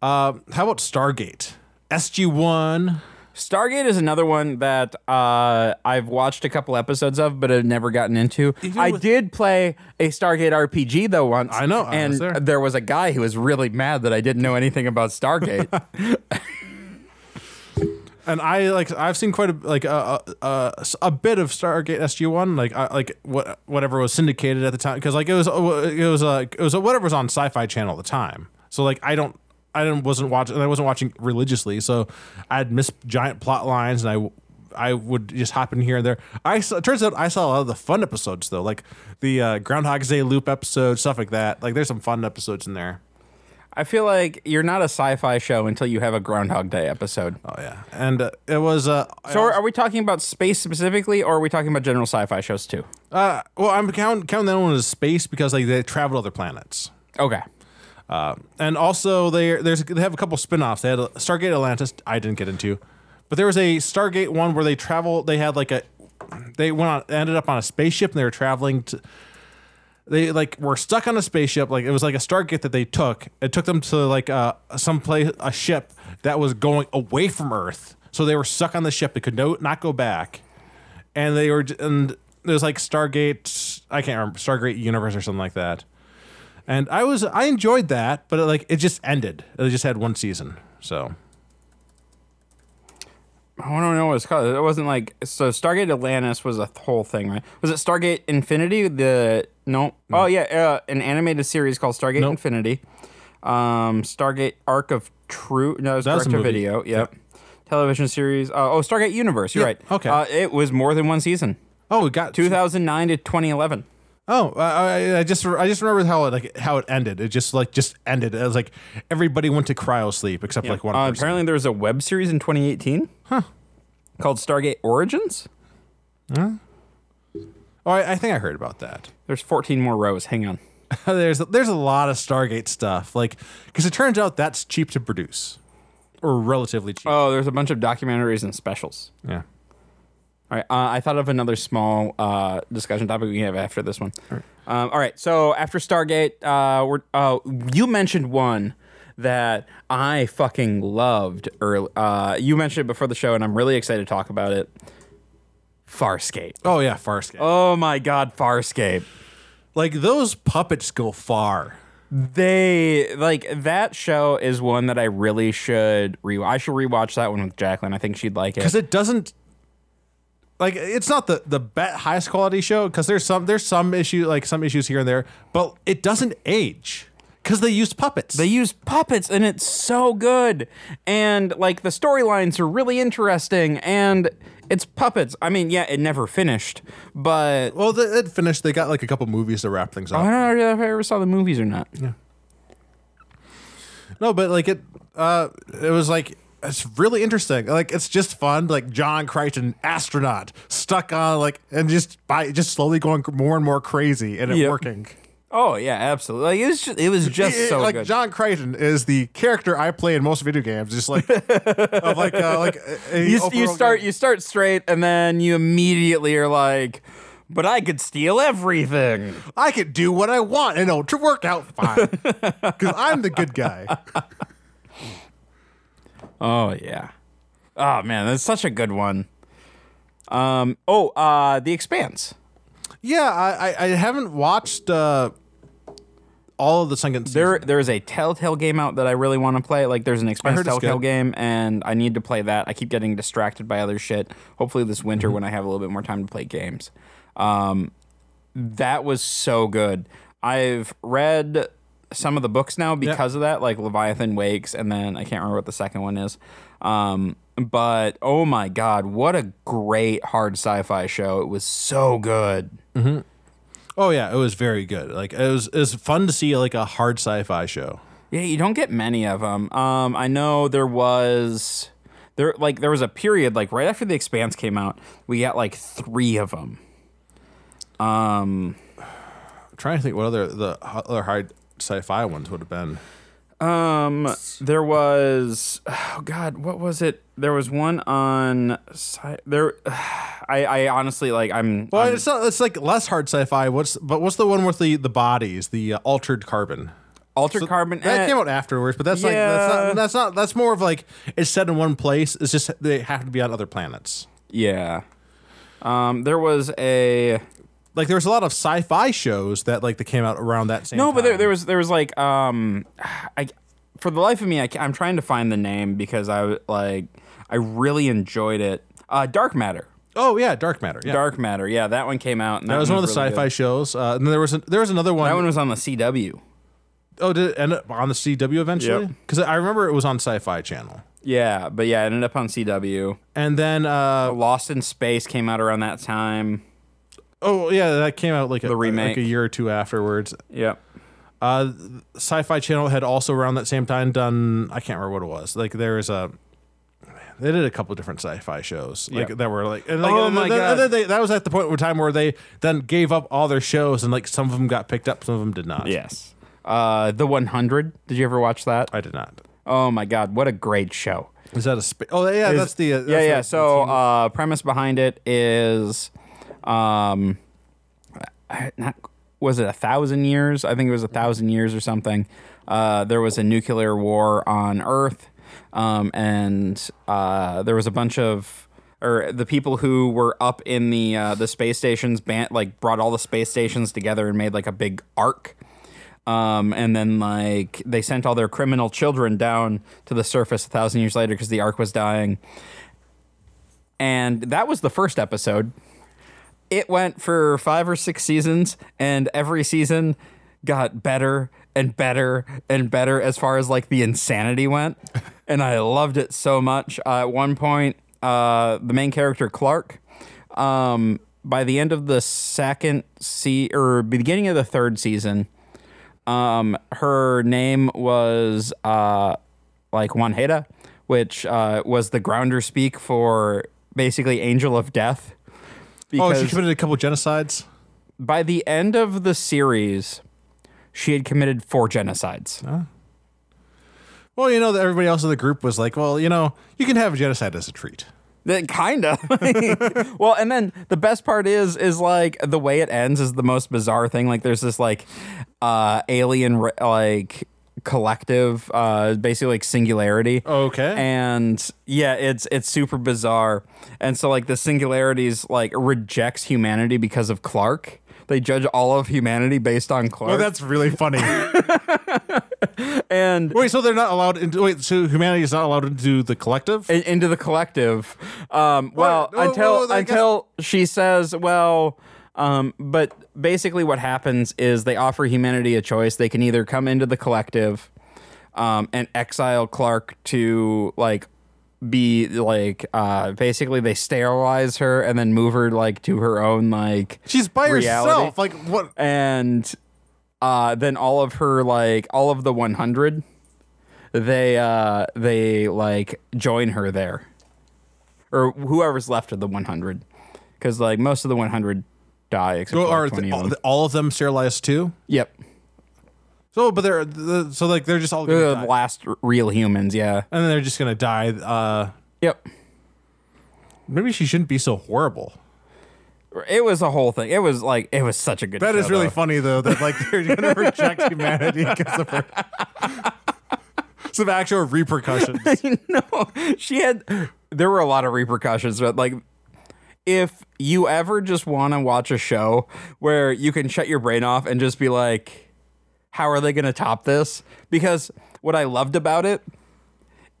Speaker 3: Uh, how about Stargate? SG One.
Speaker 2: Stargate is another one that uh, I've watched a couple episodes of, but I've never gotten into.
Speaker 3: Even
Speaker 2: I
Speaker 3: with-
Speaker 2: did play a Stargate RPG though once.
Speaker 3: I know, I
Speaker 2: and
Speaker 3: was there.
Speaker 2: was a guy who was really mad that I didn't know anything about Stargate.
Speaker 3: and I like I've seen quite a like a a, a, a bit of Stargate SG One like I, like what whatever was syndicated at the time because like it was it was uh, it was whatever was on Sci Fi Channel at the time so like I don't I didn't wasn't watching and I wasn't watching religiously so I'd miss giant plot lines and I I would just hop in here and there I saw, it turns out I saw a lot of the fun episodes though like the uh, Groundhog Day loop episode stuff like that like there's some fun episodes in there
Speaker 2: I feel like you're not a sci-fi show until you have a Groundhog Day episode.
Speaker 3: oh yeah and uh, it was uh,
Speaker 2: so are, are we talking about space specifically, or are we talking about general sci-fi shows too?
Speaker 3: Uh, well, I'm count, counting that one as space because like they travel to other planets,
Speaker 2: Okay.
Speaker 3: uh, and also they there's they have a couple spin-offs. They had a Stargate Atlantis, I didn't get into, but there was a Stargate one where they travel. They had like a they went on ended up on a spaceship and they were traveling to. They like were stuck on a spaceship. Like it was like a Stargate that they took. It took them to like uh some place a ship that was going away from Earth. So they were stuck on the ship. They could no not go back and they were j- and there's like Stargate I can't remember Stargate Universe or something like that. And I was I enjoyed that, but it, like it just ended. It just had one season. So
Speaker 2: I don't know what it's called. It wasn't like so. Stargate Atlantis was a th- whole thing, right? Was it Stargate Infinity? The no. Oh yeah, uh, an animated series called Stargate Infinity. Um, Stargate Arc of True. No, it was
Speaker 3: That was
Speaker 2: direct
Speaker 3: a
Speaker 2: to
Speaker 3: movie.
Speaker 2: video. Yep. Television series. Uh, oh, Stargate Universe. You're
Speaker 3: Yeah,
Speaker 2: right.
Speaker 3: okay.
Speaker 2: Uh, it was more than one season.
Speaker 3: oh, we got
Speaker 2: 2009 to 2011.
Speaker 3: Oh, I, I- I just I just remember how it like how it ended. It just like just ended. It was like everybody went to cryo sleep except like one
Speaker 2: Uh,
Speaker 3: person.
Speaker 2: apparently, there was a web series in 2018. Huh. Called Stargate Origins.
Speaker 3: oh, I, I think I heard about that.
Speaker 2: There's 14 more rows. Hang on.
Speaker 3: there's there's a lot of Stargate stuff. Like because it turns out that's cheap to produce, or relatively cheap.
Speaker 2: Oh, there's a bunch of documentaries and specials.
Speaker 3: yeah.
Speaker 2: All right. Uh, I thought of another small uh, discussion topic we can have after this one. All right. Um, all right so after Stargate, uh, we're, uh, you mentioned one that I fucking loved. Early, uh, you mentioned it before the show, and I'm really excited to talk about it. Farscape.
Speaker 3: Oh yeah, Farscape.
Speaker 2: Oh my God, Farscape.
Speaker 3: Like those puppets go far.
Speaker 2: They like that show is one that I really should re. I should rewatch that one with Jacqueline. I think she'd like it.
Speaker 3: because it doesn't like it's not the the be- highest quality show because there's some there's some issue like some issues here and there but it doesn't age because they use puppets
Speaker 2: They use puppets and it's so good. And like the storylines are really interesting and it's puppets. I mean, yeah, it never finished, but
Speaker 3: well they, it finished they got like a couple movies to wrap things up
Speaker 2: I don't know if I ever saw the movies or not.
Speaker 3: no but like it uh it was like it's really interesting like it's just fun like john crichton astronaut stuck on like and just by just slowly going more and more crazy and it
Speaker 2: Yep.
Speaker 3: working
Speaker 2: Oh yeah, absolutely. Like, it was just, it was just so
Speaker 3: like
Speaker 2: good.
Speaker 3: John Crichton is the character I play in most video games, just like of like uh, like a- a
Speaker 2: you, you
Speaker 3: overall
Speaker 2: start
Speaker 3: game.
Speaker 2: you start straight and then you immediately are like, but I could steal everything.
Speaker 3: I can do what I want and it'll tr- work out fine because I'm the good guy.
Speaker 2: Oh yeah. Oh man, that's such a good one. Um. Oh, uh, The Expanse.
Speaker 3: Yeah, I I, I haven't watched uh, all of the second season.
Speaker 2: There, there is a Telltale game out that I really want to play. Like, there's an Expanse
Speaker 3: heard it's
Speaker 2: Telltale
Speaker 3: good.
Speaker 2: game, and I need to play that. I keep getting distracted by other shit. Hopefully, this
Speaker 3: Mm-hmm.
Speaker 2: winter when I have a little bit more time to play games, um, that was so good. I've read some of the books now because of that, like Leviathan Wakes, and then I can't remember what the second one is. Um, but oh my god, what a great hard sci-fi show! It was so good.
Speaker 3: Oh yeah, it was very good. Like it was it was fun to see like a hard sci-fi show.
Speaker 2: Yeah, you don't get many of them. Um, I know there was there like there was a period like right after The Expanse came out, we got like three of them.
Speaker 3: I'm trying to think what other the other hard sci-fi ones would have been.
Speaker 2: Um, there was oh god, what was it? There was one on sci- there. I I honestly like I'm.
Speaker 3: Well,
Speaker 2: I'm-
Speaker 3: it's not, it's like less hard sci-fi. What's but what's the one with the the bodies, the uh, altered carbon?
Speaker 2: Altered Carbon.
Speaker 3: That
Speaker 2: eh,
Speaker 3: came out afterwards, but that's like that's
Speaker 2: Yeah.
Speaker 3: not, that's not that's more of like it's set in one place. It's just they have to be on other planets.
Speaker 2: yeah. Um, there was a
Speaker 3: Like there's a lot of sci-fi shows that like that came out around that same.
Speaker 2: No, but there,
Speaker 3: time.
Speaker 2: there was there was like um, I for the life of me I, ca- I'm trying to find the name because I w- like I really enjoyed it. Uh, Dark Matter,
Speaker 3: oh yeah, Dark Matter. Yeah,
Speaker 2: Dark Matter. Yeah, that one came out. And that,
Speaker 3: that was one of the
Speaker 2: really
Speaker 3: sci-fi
Speaker 2: good.
Speaker 3: shows. Uh, and then there was an, there was another one.
Speaker 2: That one was on the CW.
Speaker 3: oh, did it end up on the CW eventually?
Speaker 2: Yep.
Speaker 3: Because I remember it was on Sci-Fi Channel.
Speaker 2: Yeah, but yeah, it ended up on CW.
Speaker 3: And then uh,
Speaker 2: Lost in Space came out around that time.
Speaker 3: oh yeah, that came out like a, like
Speaker 2: remake.
Speaker 3: a year or two afterwards.
Speaker 2: Yep.
Speaker 3: Uh, Sci-Fi Channel had also around that same time done I can't remember what it was. Like there was a they did a couple different sci-fi shows like
Speaker 2: Yeah.
Speaker 3: that were like, and like
Speaker 2: Oh
Speaker 3: and
Speaker 2: my
Speaker 3: then-
Speaker 2: God.
Speaker 3: and then they- that was at the point in time where they then gave up all their shows and like some of them got picked up, some of them did not.
Speaker 2: Yes. Uh, the 100. Did you ever watch that?
Speaker 3: I did not.
Speaker 2: Oh my God, what a great show!
Speaker 3: Is that a sp- oh yeah that's the uh, that's
Speaker 2: yeah, yeah.
Speaker 3: the-
Speaker 2: So, uh, premise behind it is, um, I- not, was it a thousand years? I think it was a thousand years or something. Uh, there was a nuclear war on Earth, um, and uh, there was a bunch of or the people who were up in the uh, the space stations ban- like brought all the space stations together and made like a big arc. Um, and then like they sent all their criminal children down to the surface a thousand years later because the ark was dying. And that was the first episode. It went for five or six seasons, and every season got better and better and better as far as like the insanity went. And I loved it so much. Uh, at one point, uh, the main character Clark, um, by the end of the second se or beginning of the third season, um, her name was uh, like Juanjeda, which uh, was the grounder speak for basically Angel of Death.
Speaker 3: oh
Speaker 2: Because
Speaker 3: she committed a couple genocides.
Speaker 2: by the end of the series, she had committed four genocides.
Speaker 3: Well, you know that everybody else in the group was like, well, you know, you can have a genocide as a treat.
Speaker 2: That kind of. well, and then the best part is is like the way it ends is the most bizarre thing. Like there's this like uh alien re- like collective uh basically like singularity.
Speaker 3: Okay.
Speaker 2: And yeah, it's it's super bizarre. And so like the singularities like rejects humanity because of Clark. They judge all of humanity based on Clark.
Speaker 4: Oh, that's really funny.
Speaker 2: and
Speaker 3: Wait, so they're not allowed into wait, so humanity is not allowed into the collective?
Speaker 2: in- into the collective. Um, well,
Speaker 3: no,
Speaker 2: until
Speaker 3: well, I guess-
Speaker 2: until she says, well, um, but basically what happens is they offer humanity a choice. They can either come into the collective um, and exile Clark to like be like uh basically they sterilize her and then move her like to her own like
Speaker 3: She's by
Speaker 2: reality.
Speaker 3: herself. Like what
Speaker 2: and uh, then all of her like all of the 100 they uh they like join her there or whoever's left of the 100 because like most of the 100 die except
Speaker 3: well,
Speaker 2: for
Speaker 3: are
Speaker 2: like, 20
Speaker 3: th-
Speaker 2: of
Speaker 3: all,
Speaker 2: them.
Speaker 3: all of them sterilized too?
Speaker 2: yep
Speaker 3: So but they're the, so like they're just all gonna
Speaker 2: they're the
Speaker 3: die.
Speaker 2: last r- real humans yeah
Speaker 3: and then they're just gonna die. Uh
Speaker 2: yep
Speaker 3: maybe she shouldn't be so horrible.
Speaker 2: it was a whole thing it was like it was such a good
Speaker 4: That
Speaker 2: show,
Speaker 4: is really
Speaker 2: though.
Speaker 4: funny though. That like they're gonna reject humanity because of her.
Speaker 3: Some actual repercussions.
Speaker 2: no, she had. There were a lot of repercussions, but like, if you ever just want to watch a show where you can shut your brain off and just be like, how are they going to top this? Because what I loved about it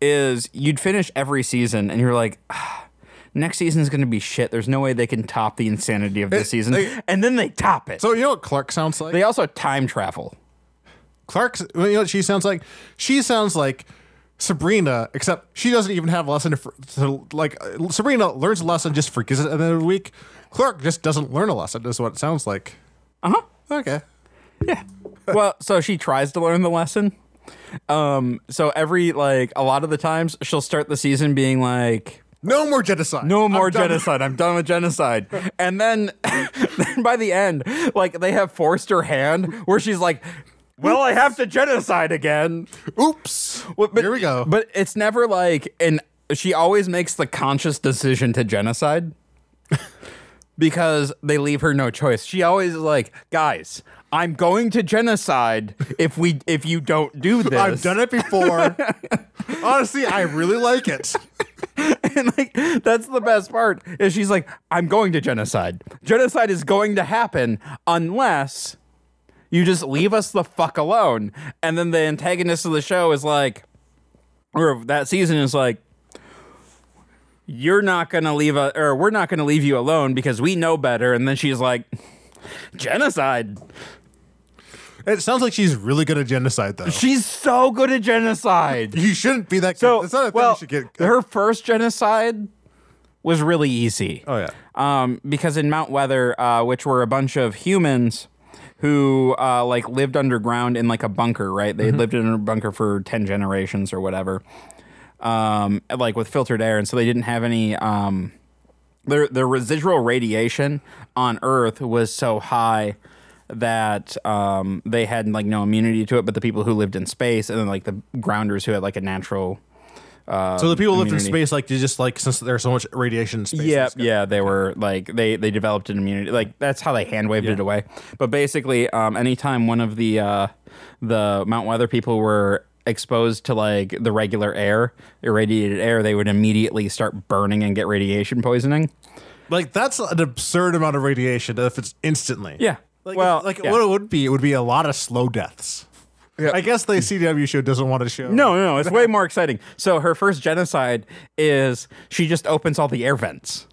Speaker 2: is you'd finish every season and you're like, "Ah, next season's going to be shit. There's no way they can top the insanity of this season.
Speaker 3: they-
Speaker 2: and then they top it.
Speaker 3: so you know what Clark sounds like?
Speaker 2: they also time travel.
Speaker 3: Clark's you know what she sounds like? She sounds like Sabrina, except she doesn't even have a lesson to, to like. uh, Sabrina learns a lesson, just forgets it at the end of the week. Clark just doesn't learn a lesson. Is what it sounds like.
Speaker 2: Uh-huh.
Speaker 3: Uh huh. Okay.
Speaker 2: well, so she tries to learn the lesson. Um, so every like a lot of the times she'll start the season being like,
Speaker 3: No more genocide.
Speaker 2: "No more
Speaker 3: I'm done.
Speaker 2: genocide. I'm done with genocide." And then, then by the end, like they have forced her hand where she's like, "Well, I have to genocide again."
Speaker 3: Oops.
Speaker 2: Well, but-
Speaker 3: Here we go.
Speaker 2: But it's never like, and she always makes the conscious decision to genocide because they leave her no choice. She always is like, guys, I'm going to genocide if we if you don't do this.
Speaker 3: I've done it before. Honestly, I really like it.
Speaker 2: and like that's the best part is she's like, I'm going to genocide. Genocide is going to happen unless you just leave us the fuck alone. And then the antagonist of the show is like, or that season is like, you're not gonna leave a, or we're not gonna leave you alone because we know better. And then she's like, genocide.
Speaker 3: It sounds like she's really good at genocide, though.
Speaker 2: She's so good at genocide.
Speaker 3: You shouldn't be that.
Speaker 2: So
Speaker 3: good. It's not a
Speaker 2: well,
Speaker 3: thing you should get.
Speaker 2: her first genocide was really easy.
Speaker 3: Oh, yeah.
Speaker 2: um, because in Mount Weather, uh, which were a bunch of humans who uh, like lived underground in like a bunker, right? They
Speaker 3: Mm-hmm.
Speaker 2: lived in a bunker for ten generations or whatever, um, like with filtered air, and so they didn't have any. Um, their their residual radiation on Earth was so high that um, they had like no immunity to it, but the people who lived in space and then like the grounders who had like a natural
Speaker 3: so the people who lived in
Speaker 2: immunity.
Speaker 3: space, like, you just like since there's so much radiation. In space
Speaker 2: Yeah, yeah, they were like they they developed an immunity. Like that's how they hand waved it away. But basically, um, anytime one of the uh, the Mount Weather people were exposed to like the regular air, irradiated air, they would immediately start burning and get radiation poisoning.
Speaker 3: Like that's an absurd amount of radiation if it's instantly.
Speaker 2: Yeah.
Speaker 3: Like,
Speaker 2: Well,
Speaker 3: well, like
Speaker 2: yeah.
Speaker 3: what it would be, it would be a lot of slow deaths. I guess the CW show doesn't want to show.
Speaker 2: No, no, no, it's way more exciting. So her first genocide is she just opens all the air vents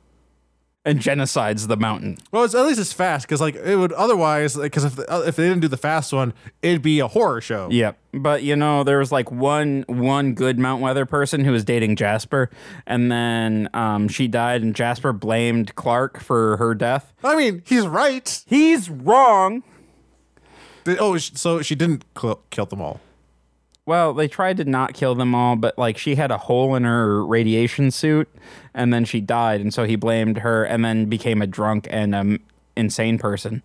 Speaker 2: and genocides the mountain.
Speaker 3: Well, it's, at least it's fast because like it would otherwise because if the, if they didn't do the fast one, it'd be a horror show.
Speaker 2: Yep. But you know, there was like one one good Mount Weather person who was dating Jasper, and then um, she died, and Jasper blamed Clark for her death.
Speaker 3: I mean, he's right.
Speaker 2: He's wrong.
Speaker 3: They- oh, sh- so she didn't cl- kill them all.
Speaker 2: Well, they tried to not kill them all, but like she had a hole in her radiation suit, and then she died, and so he blamed her, and then became a drunk and um insane person.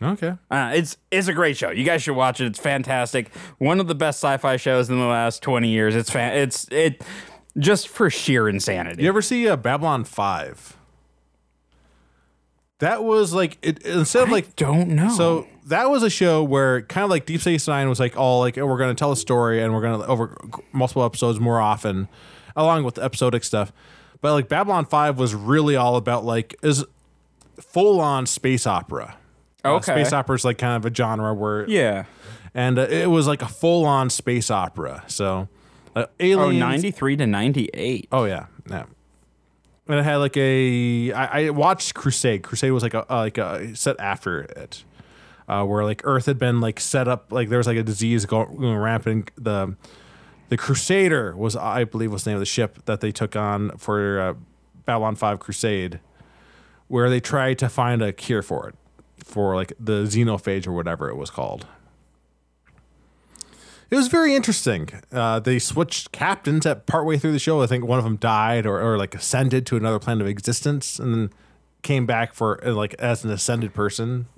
Speaker 3: Okay.
Speaker 2: Uh, it's it's a great show. You guys should watch it. It's fantastic. One of the best sci-fi shows in the last twenty years. It's fan. It's it just for sheer insanity.
Speaker 3: You ever see uh, Babylon Five? That was like it, instead of like
Speaker 2: don't know.
Speaker 3: So that was a show where kind of like Deep Space Nine was like, oh, like we're going to tell a story and we're going to over multiple episodes more often, along with the episodic stuff. But like Babylon Five was really all about like is full on space opera. Uh,
Speaker 2: Oh, Okay.
Speaker 3: space opera is like kind of a genre where
Speaker 2: Yeah.
Speaker 3: and uh, it was like a full on space opera. So, uh, aliens.
Speaker 2: Oh, 93 to 98.
Speaker 3: Oh yeah, yeah. And it had like a. I, I watched Crusade. Crusade was like a like a set after it, uh, where like Earth had been like set up like there was like a disease going, going rampant. The the Crusader was I believe was the name of the ship that they took on for uh, Babylon Five Crusade, where they tried to find a cure for it, for like the xenophage or whatever it was called. It was very interesting. Uh, they switched captains at partway through the show. I think one of them died or, or like ascended to another plane of existence and then came back for uh, like as an ascended person.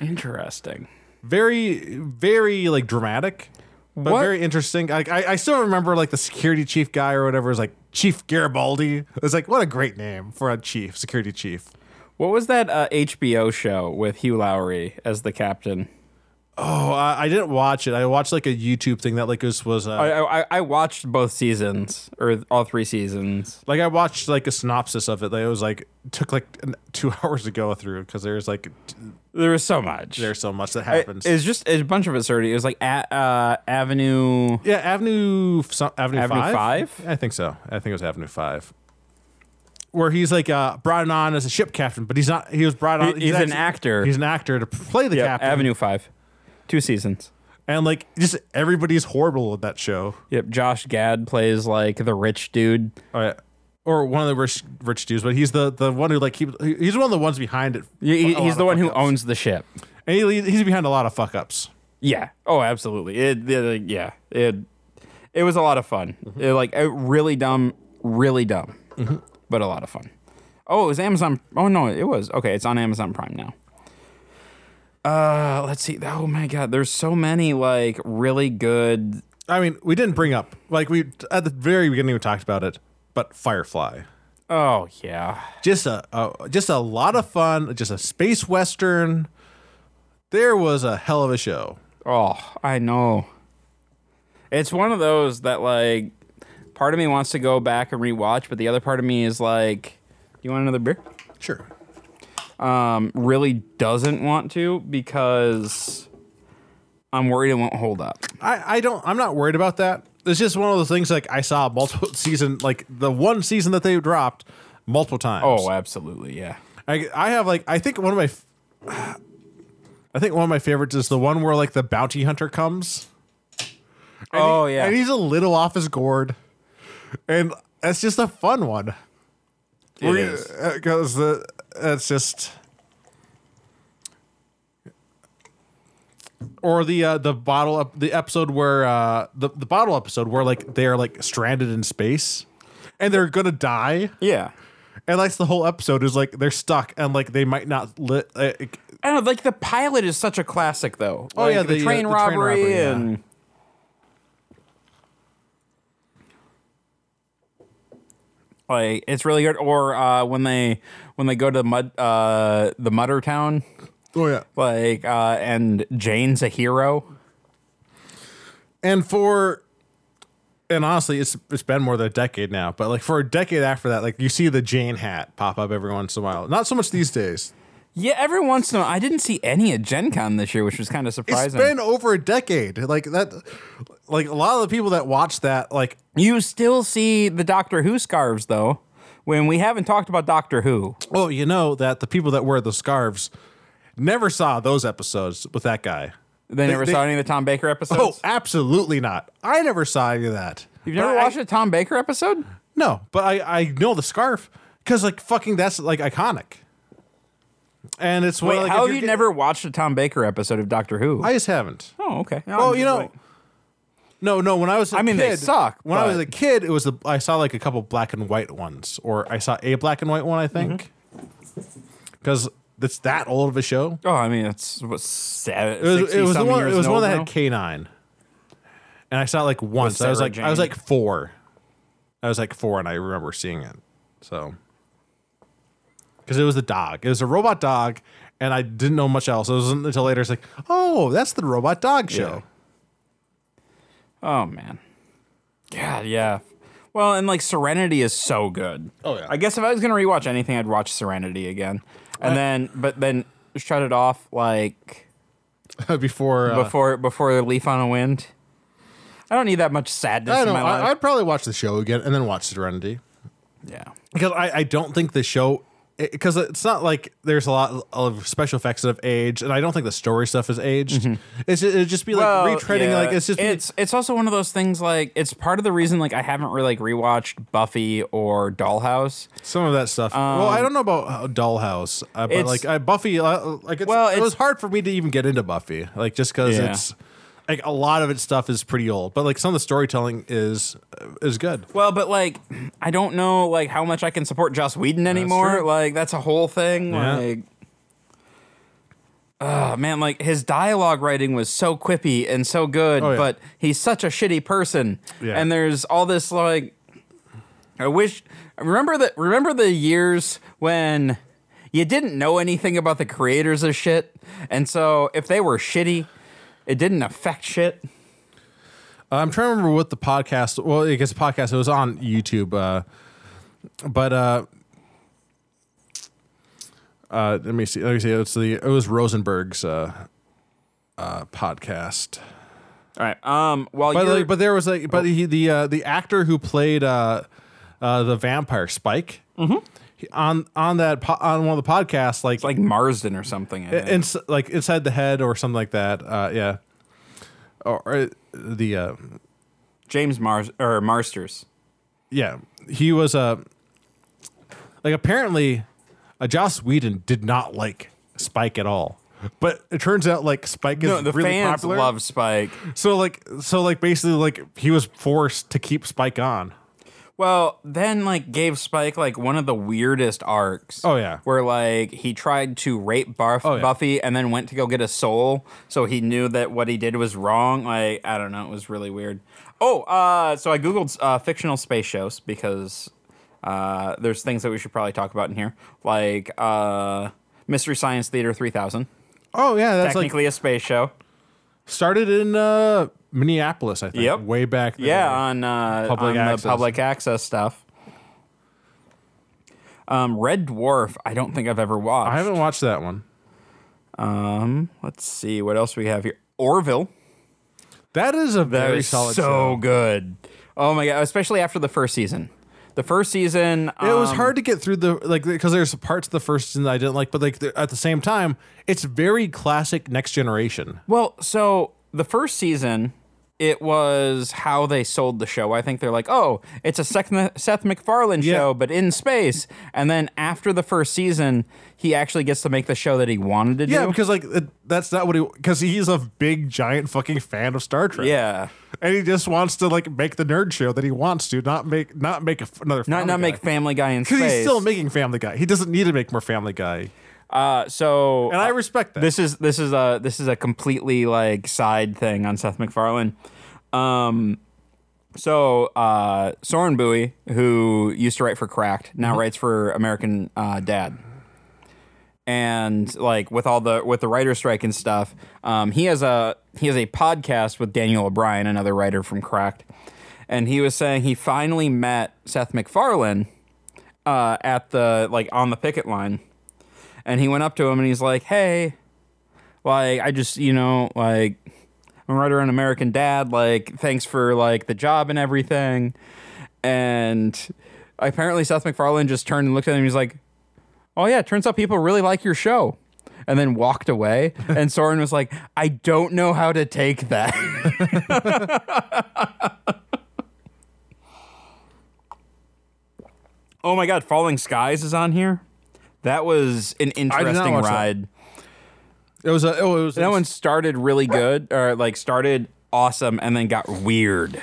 Speaker 2: Interesting.
Speaker 3: Very, very like dramatic, but
Speaker 2: What?
Speaker 3: very interesting. Like I, I still remember like the security chief guy or whatever was like Chief Garibaldi. It was like what a great name for a chief, security chief.
Speaker 2: What was that uh, HBO show with Hugh Lowry as the captain?
Speaker 3: Oh, I, I didn't watch it. I watched like a YouTube thing that like was was. Uh,
Speaker 2: I, I, I watched both seasons, or all three seasons.
Speaker 3: Like I watched like a synopsis of it. Like it was like took like an, two hours to go through because there's like t-
Speaker 2: There was so much.
Speaker 3: there's so much that
Speaker 2: it,
Speaker 3: happens.
Speaker 2: it was just a bunch of absurdity. It was like at, uh, Avenue.
Speaker 3: yeah, Avenue f- some, Avenue,
Speaker 2: Avenue
Speaker 3: Five. I think so. I think it was Avenue Five, where he's like uh, brought on as a ship captain, but he's not. He was brought on.
Speaker 2: He- he's an actor.
Speaker 3: He's an actor to play the
Speaker 2: Yeah,
Speaker 3: captain.
Speaker 2: Avenue 5. Two seasons.
Speaker 3: And like just everybody's horrible with that show.
Speaker 2: Yep. Josh Gad plays like the rich dude.
Speaker 3: All right. Or one of the rich, rich dudes, but he's the, the one who like keeps. he- He's one of the ones behind it.
Speaker 2: He-
Speaker 3: A lot
Speaker 2: he's
Speaker 3: of
Speaker 2: the one who
Speaker 3: fuck-ups.
Speaker 2: owns the ship.
Speaker 3: And he, he's behind a lot of fuck ups.
Speaker 2: Yeah. Oh, absolutely. It, it- yeah. It it was a lot of fun. It, like it, really dumb, really dumb, but a lot of fun. Oh, it was Amazon. Oh no, it was okay. It's on Amazon Prime now. Uh, let's see. Oh my God, there's so many like really good.
Speaker 3: I mean, we didn't bring up like we at the very beginning we talked about it, but Firefly,
Speaker 2: Oh yeah.
Speaker 3: just a, a just a lot of fun, just a space western. There was a hell of a show.
Speaker 2: Oh, I know. It's one of those that like part of me wants to go back and rewatch, but the other part of me is like, you want another beer?
Speaker 3: Sure,
Speaker 2: um, really doesn't want to because I'm worried it won't hold up.
Speaker 3: I I don't I'm not worried about that. It's just one of those things like I saw multiple season like the one season that they dropped multiple times.
Speaker 2: Oh, absolutely, yeah.
Speaker 3: I, I have like I think one of my f- I think one of my favorites is the one where like the bounty hunter comes. And he-
Speaker 2: Oh, yeah.
Speaker 3: and he's a little off his gourd, and that's just a fun one.
Speaker 2: It is.
Speaker 3: because the that's just. Or the uh, the bottle up the episode where uh, the the bottle episode where like they are like stranded in space, and they're gonna die.
Speaker 2: Yeah.
Speaker 3: And that's the whole episode is like they're stuck and like they might not lit. Like,
Speaker 2: I don't know, like the pilot is such a classic though.
Speaker 3: Oh,
Speaker 2: Like,
Speaker 3: yeah,
Speaker 2: the,
Speaker 3: the, uh,
Speaker 2: train
Speaker 3: the train
Speaker 2: robbery
Speaker 3: robbery, yeah.
Speaker 2: and like it's really good. Or uh, when they when they go to the mud uh, the Mutter Town,
Speaker 3: oh yeah.
Speaker 2: like uh, and Jane's a hero.
Speaker 3: And for and honestly, it's it's been more than a decade now. But like for a decade after that, like you see the Jane hat pop up every once in a while. Not so much these days.
Speaker 2: Yeah, every once in a while, I didn't see any at Gen Con this year, which was kind of
Speaker 3: It's
Speaker 2: surprising.
Speaker 3: been over a decade. Like that. Like a lot of the people that watch that, like
Speaker 2: You still see the Doctor Who scarves, though, when we haven't talked about Doctor Who.
Speaker 3: oh, you know that the people that wear the scarves never saw those episodes with that guy.
Speaker 2: They never
Speaker 3: they-
Speaker 2: saw any of the Tom Baker episodes.
Speaker 3: Oh, absolutely not. I never saw any of that.
Speaker 2: You've never
Speaker 3: But I-
Speaker 2: watched a Tom Baker episode?
Speaker 3: No, but I I know the scarf because like fucking that's like iconic. And it's
Speaker 2: Wait,
Speaker 3: well, like, if
Speaker 2: how have
Speaker 3: you're
Speaker 2: you
Speaker 3: get-
Speaker 2: never watched a Tom Baker episode of Doctor Who?
Speaker 3: I just haven't.
Speaker 2: oh, okay.
Speaker 3: Oh, you know. No, no. When I was, I
Speaker 2: mean, they
Speaker 3: kid,
Speaker 2: suck,
Speaker 3: When I was
Speaker 2: but-
Speaker 3: a kid, it was the I saw like a couple black and white ones, or I saw a black and white one, I think,
Speaker 2: Mm-hmm.
Speaker 3: because it's that old of a show.
Speaker 2: Oh, I mean, it's what seven.
Speaker 3: It was, it was the one.
Speaker 2: Years
Speaker 3: It was
Speaker 2: old
Speaker 3: one that
Speaker 2: now?
Speaker 3: had K nine, and I saw it like once. I was
Speaker 2: Sarah
Speaker 3: like, I was
Speaker 2: Jane?
Speaker 3: like four. I was like four, and I remember seeing it. So, because it was the dog, it was a robot dog, and I didn't know much else. It wasn't until later. It's like, oh, that's the robot dog show.
Speaker 2: Oh man. God, yeah. Well, and like Serenity is so good.
Speaker 3: Oh, yeah.
Speaker 2: I guess if I was gonna rewatch anything, I'd watch Serenity again. And then, but then shut it off like
Speaker 3: before uh,
Speaker 2: before before Leaf on a Wind. I don't need that much sadness
Speaker 3: I
Speaker 2: in
Speaker 3: don't
Speaker 2: my
Speaker 3: know. I,
Speaker 2: life.
Speaker 3: I'd probably watch the show again and then watch Serenity
Speaker 2: yeah.
Speaker 3: because I, I don't think the show because it's not like there's a lot of special effects of age, and I don't think the story stuff is aged. It's just, it'd just be like
Speaker 2: Well,
Speaker 3: retreading
Speaker 2: yeah.
Speaker 3: like it's just be-
Speaker 2: it's it's also one of those things like it's part of the reason like I haven't really like rewatched Buffy or Dollhouse.
Speaker 3: some of that stuff. well, I don't know about uh, Dollhouse, uh, but
Speaker 2: it's-
Speaker 3: like I, Buffy, uh, like it's,
Speaker 2: Well,
Speaker 3: it was
Speaker 2: it's-
Speaker 3: hard for me to even get into Buffy, like just because
Speaker 2: Yeah.
Speaker 3: it's like a lot of its stuff is pretty old, but like some of the storytelling is uh, is good.
Speaker 2: Well, but like I don't know like how much I can support Joss Whedon anymore.
Speaker 3: true.
Speaker 2: like that's a whole thing.
Speaker 3: Yeah.
Speaker 2: Like Oh man, like his dialogue writing was so quippy and so good,
Speaker 3: Oh, yeah.
Speaker 2: but he's such a shitty person.
Speaker 3: Yeah.
Speaker 2: And there's all this like I wish remember that remember the years when you didn't know anything about the creators of shit, and so if they were shitty, it didn't affect shit.
Speaker 3: I'm trying to remember what the podcast. Well, I guess podcast. It was on YouTube, uh, but uh, uh, let me see. Let me see. It's the it was Rosenberg's uh, uh, podcast.
Speaker 2: All right. Um. While
Speaker 3: But
Speaker 2: you're,
Speaker 3: like, but there was like, but he the uh, the actor who played uh, uh, the vampire Spike he- on on that po- on one of the podcasts, like
Speaker 2: like Marsden or something. I think.
Speaker 3: ins- like inside the head or something like that. Uh, yeah, or, or the. Uh,
Speaker 2: James Mars or Marsters.
Speaker 3: yeah, he was uh, like apparently, uh, Joss Whedon did not like Spike at all. But it turns out like Spike is
Speaker 2: No, the
Speaker 3: really
Speaker 2: fans
Speaker 3: popular.
Speaker 2: love Spike.
Speaker 3: so like so like basically like he was forced to keep Spike on.
Speaker 2: Well, then like gave Spike like one of the weirdest arcs.
Speaker 3: Oh, yeah.
Speaker 2: where like he tried to rape Barf-
Speaker 3: yeah.
Speaker 2: Buffy and then went to go get a soul, so he knew that what he did was wrong. Like I don't know, it was really weird. Oh, uh, so I googled uh, fictional space shows because uh, there's things that we should probably talk about in here, like uh, Mystery Science Theater 3000,
Speaker 3: Oh yeah, that's like
Speaker 2: technically a space show.
Speaker 3: started in uh, Minneapolis, I think.
Speaker 2: Yep.
Speaker 3: Way back. There.
Speaker 2: Yeah, on uh,
Speaker 3: Public
Speaker 2: on
Speaker 3: access.
Speaker 2: the public access stuff. Um, Red Dwarf. I don't think I've ever watched.
Speaker 3: I haven't watched that one.
Speaker 2: Um, let's see what else we have here. Orville.
Speaker 3: That is a
Speaker 2: That
Speaker 3: very
Speaker 2: is
Speaker 3: solid
Speaker 2: so
Speaker 3: show.
Speaker 2: good. Oh my god! Especially after the first season. The first season.
Speaker 3: It was
Speaker 2: um,
Speaker 3: hard to get through the like because there's parts of the first season that I didn't like, but like the- at the same time, it's very classic Next Generation.
Speaker 2: Well, so the first season, it was how they sold the show. I think they're like, oh, it's a Seth, Seth MacFarlane
Speaker 3: Yeah.
Speaker 2: show, but in space. And then after the first season, he actually gets to make the show that he wanted to
Speaker 3: Yeah,
Speaker 2: do.
Speaker 3: because like it, that's not what he because he's a big giant fucking fan of Star Trek.
Speaker 2: yeah.
Speaker 3: and he just wants to like make the nerd show that he wants to, not make not make a f another
Speaker 2: Not
Speaker 3: Family
Speaker 2: not make
Speaker 3: Guy.
Speaker 2: Family Guy in space.
Speaker 3: because he's still making Family Guy. He doesn't need to make more Family Guy,
Speaker 2: uh, so
Speaker 3: and I
Speaker 2: uh,
Speaker 3: respect that.
Speaker 2: This is this is a this is a completely like side thing on Seth MacFarlane. Um, so uh, Soren Bowie, who used to write for Cracked, now writes for American uh, Dad. And like with all the with the writer strike and stuff, um, he has a he has a podcast with Daniel O'Brien, another writer from Cracked, and he was saying he finally met Seth MacFarlane uh, at the like on the picket line, and he went up to him and he's like, "Hey, like I just you know like I'm a writer on American Dad. Like thanks for like the job and everything." And apparently Seth MacFarlane just turned and looked at him. and He's like, "Oh yeah, turns out people really like your show." And then walked away. And Soren was like, I don't know how to take that. oh my God, Falling Skies is on here. That was an
Speaker 3: not
Speaker 2: interesting
Speaker 3: watch that.
Speaker 2: ride.
Speaker 3: it was a oh, it was
Speaker 2: That one started really good, or like started awesome, and then got weird.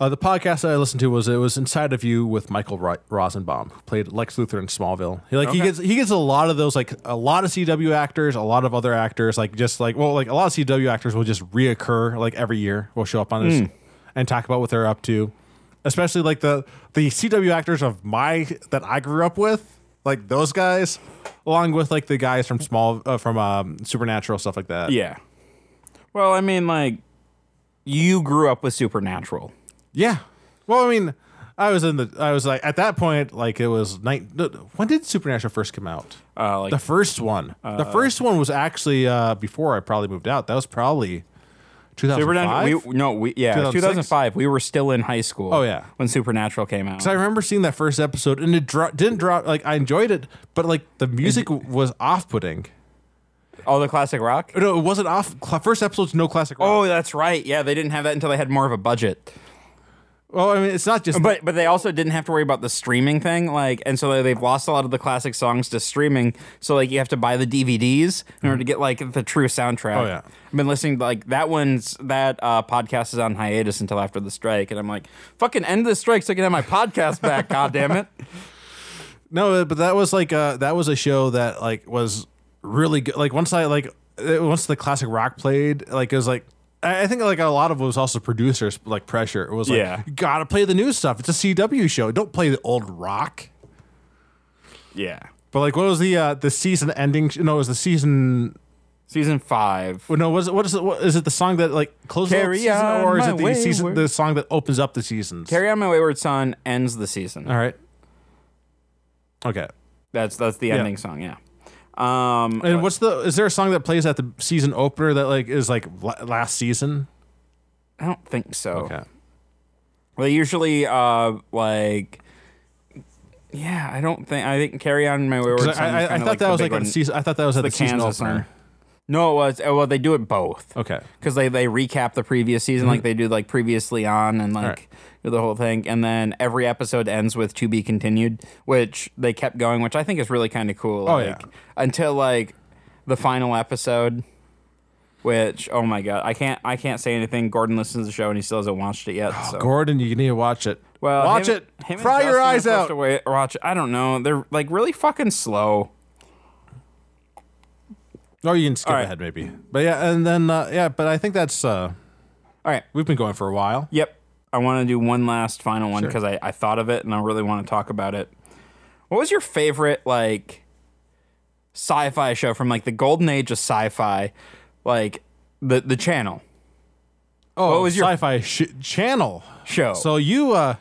Speaker 3: Uh, the podcast that I listened to was it was Inside of You with Michael Ro- Rosenbaum, who played Lex Luthor in Smallville. He, like he
Speaker 2: Okay.
Speaker 3: gets he gets a lot of those like a lot of CW actors, a lot of other actors like just like well like a lot of CW actors will just reoccur like every year will show up on this and talk about what they're up to, especially like the the CW actors of my that I grew up with like those guys, along with like the guys from Small uh, from um, Supernatural stuff like that.
Speaker 2: Yeah. Well, I mean, like, you grew up with Supernatural.
Speaker 3: Yeah. Well, I mean, I I was in the. I was like at that point, like it was night. When did Supernatural first come out?
Speaker 2: Uh, like- uh,
Speaker 3: the first one. the first one was actually uh, before I probably moved out. That was probably 2005.
Speaker 2: Supernatural. We, no, we yeah,
Speaker 3: 2006?
Speaker 2: 2005. We were still in high school.
Speaker 3: Oh, yeah.
Speaker 2: when Supernatural came out.
Speaker 3: So I remember seeing that first episode, and it dro- didn't drop. Like I enjoyed it, but like the music was off-putting.
Speaker 2: Oh, the classic rock.
Speaker 3: No, it wasn't off. cla first episode's no classic. Rock.
Speaker 2: Oh, that's right. Yeah, they didn't have that until they had more of a budget.
Speaker 3: well, I mean, it's not just.
Speaker 2: But but they also didn't have to worry about the streaming thing, like, and so they- they've lost a lot of the classic songs to streaming. So like, you have to buy the DVDs in order to get like the true soundtrack.
Speaker 3: Oh, yeah.
Speaker 2: I've been listening to like that one's that uh, podcast is on hiatus until after the strike, and I'm like, fucking end the strike so I can have my podcast back. God damn it.
Speaker 3: No, but that was like uh that was a show that like was really good. Like once I like it, once the classic rock played, like it was like I I think like a lot of it was also producers like pressure. It was like
Speaker 2: Yeah.
Speaker 3: you gotta play the new stuff. It's a CW show. Don't play the old rock.
Speaker 2: Yeah.
Speaker 3: But like what was the uh the season ending? sh- No, it was the season.
Speaker 2: Season five.
Speaker 3: well, No, was it what is it? What, is it the song that like closes out the
Speaker 2: Carry
Speaker 3: season,
Speaker 2: on
Speaker 3: or is
Speaker 2: my
Speaker 3: it the
Speaker 2: way
Speaker 3: season
Speaker 2: where-
Speaker 3: the song that opens up the seasons?
Speaker 2: Carry on, my wayward son ends the season.
Speaker 3: All right. Okay.
Speaker 2: That's that's the ending song. Yeah. Um,
Speaker 3: And what's the? Is there a song that plays at the season opener that like is like la- last season?
Speaker 2: I don't think so.
Speaker 3: Okay.
Speaker 2: They usually uh like yeah, I don't think I think carry on my wayward
Speaker 3: 'Cause
Speaker 2: son.
Speaker 3: I,
Speaker 2: is
Speaker 3: I, I
Speaker 2: kinda
Speaker 3: thought
Speaker 2: the
Speaker 3: that was
Speaker 2: big
Speaker 3: like at
Speaker 2: one.
Speaker 3: the season. I thought that was at
Speaker 2: the
Speaker 3: the, season
Speaker 2: Kansas
Speaker 3: opener.
Speaker 2: one. No, it was oh, well they do it both.
Speaker 3: Okay. Mm-hmm.
Speaker 2: Because they, they recap the previous season like they do like previously on and like
Speaker 3: right.
Speaker 2: do the whole thing and then every episode ends with to be continued, which they kept going, which I think is really kind of cool.
Speaker 3: Oh,
Speaker 2: like,
Speaker 3: yeah.
Speaker 2: Until like the final episode, which oh my god, I can't I can't say anything. Gordon listens to the show and he still hasn't watched it
Speaker 3: Oh,
Speaker 2: yet. so.
Speaker 3: Gordon, you need to watch it.
Speaker 2: Well,
Speaker 3: watch
Speaker 2: him-
Speaker 3: it.
Speaker 2: him and
Speaker 3: Cry your
Speaker 2: Justin are
Speaker 3: eyes
Speaker 2: supposed
Speaker 3: out.
Speaker 2: to wait- watch. I don't know. They're like really fucking slow.
Speaker 3: Or Oh, you can skip
Speaker 2: Alright.
Speaker 3: ahead maybe. But yeah, and then uh, yeah, but I think that's uh,
Speaker 2: All right.
Speaker 3: we've been going for a while.
Speaker 2: Yep. I want to do one last final one because I, I thought of it and I really want to talk about it. What was your favorite like sci-fi show from like the golden age of sci-fi, like the the channel
Speaker 3: Oh,
Speaker 2: what was your- Oh.
Speaker 3: sci-fi sh- channel?
Speaker 2: show?
Speaker 3: So you, uh,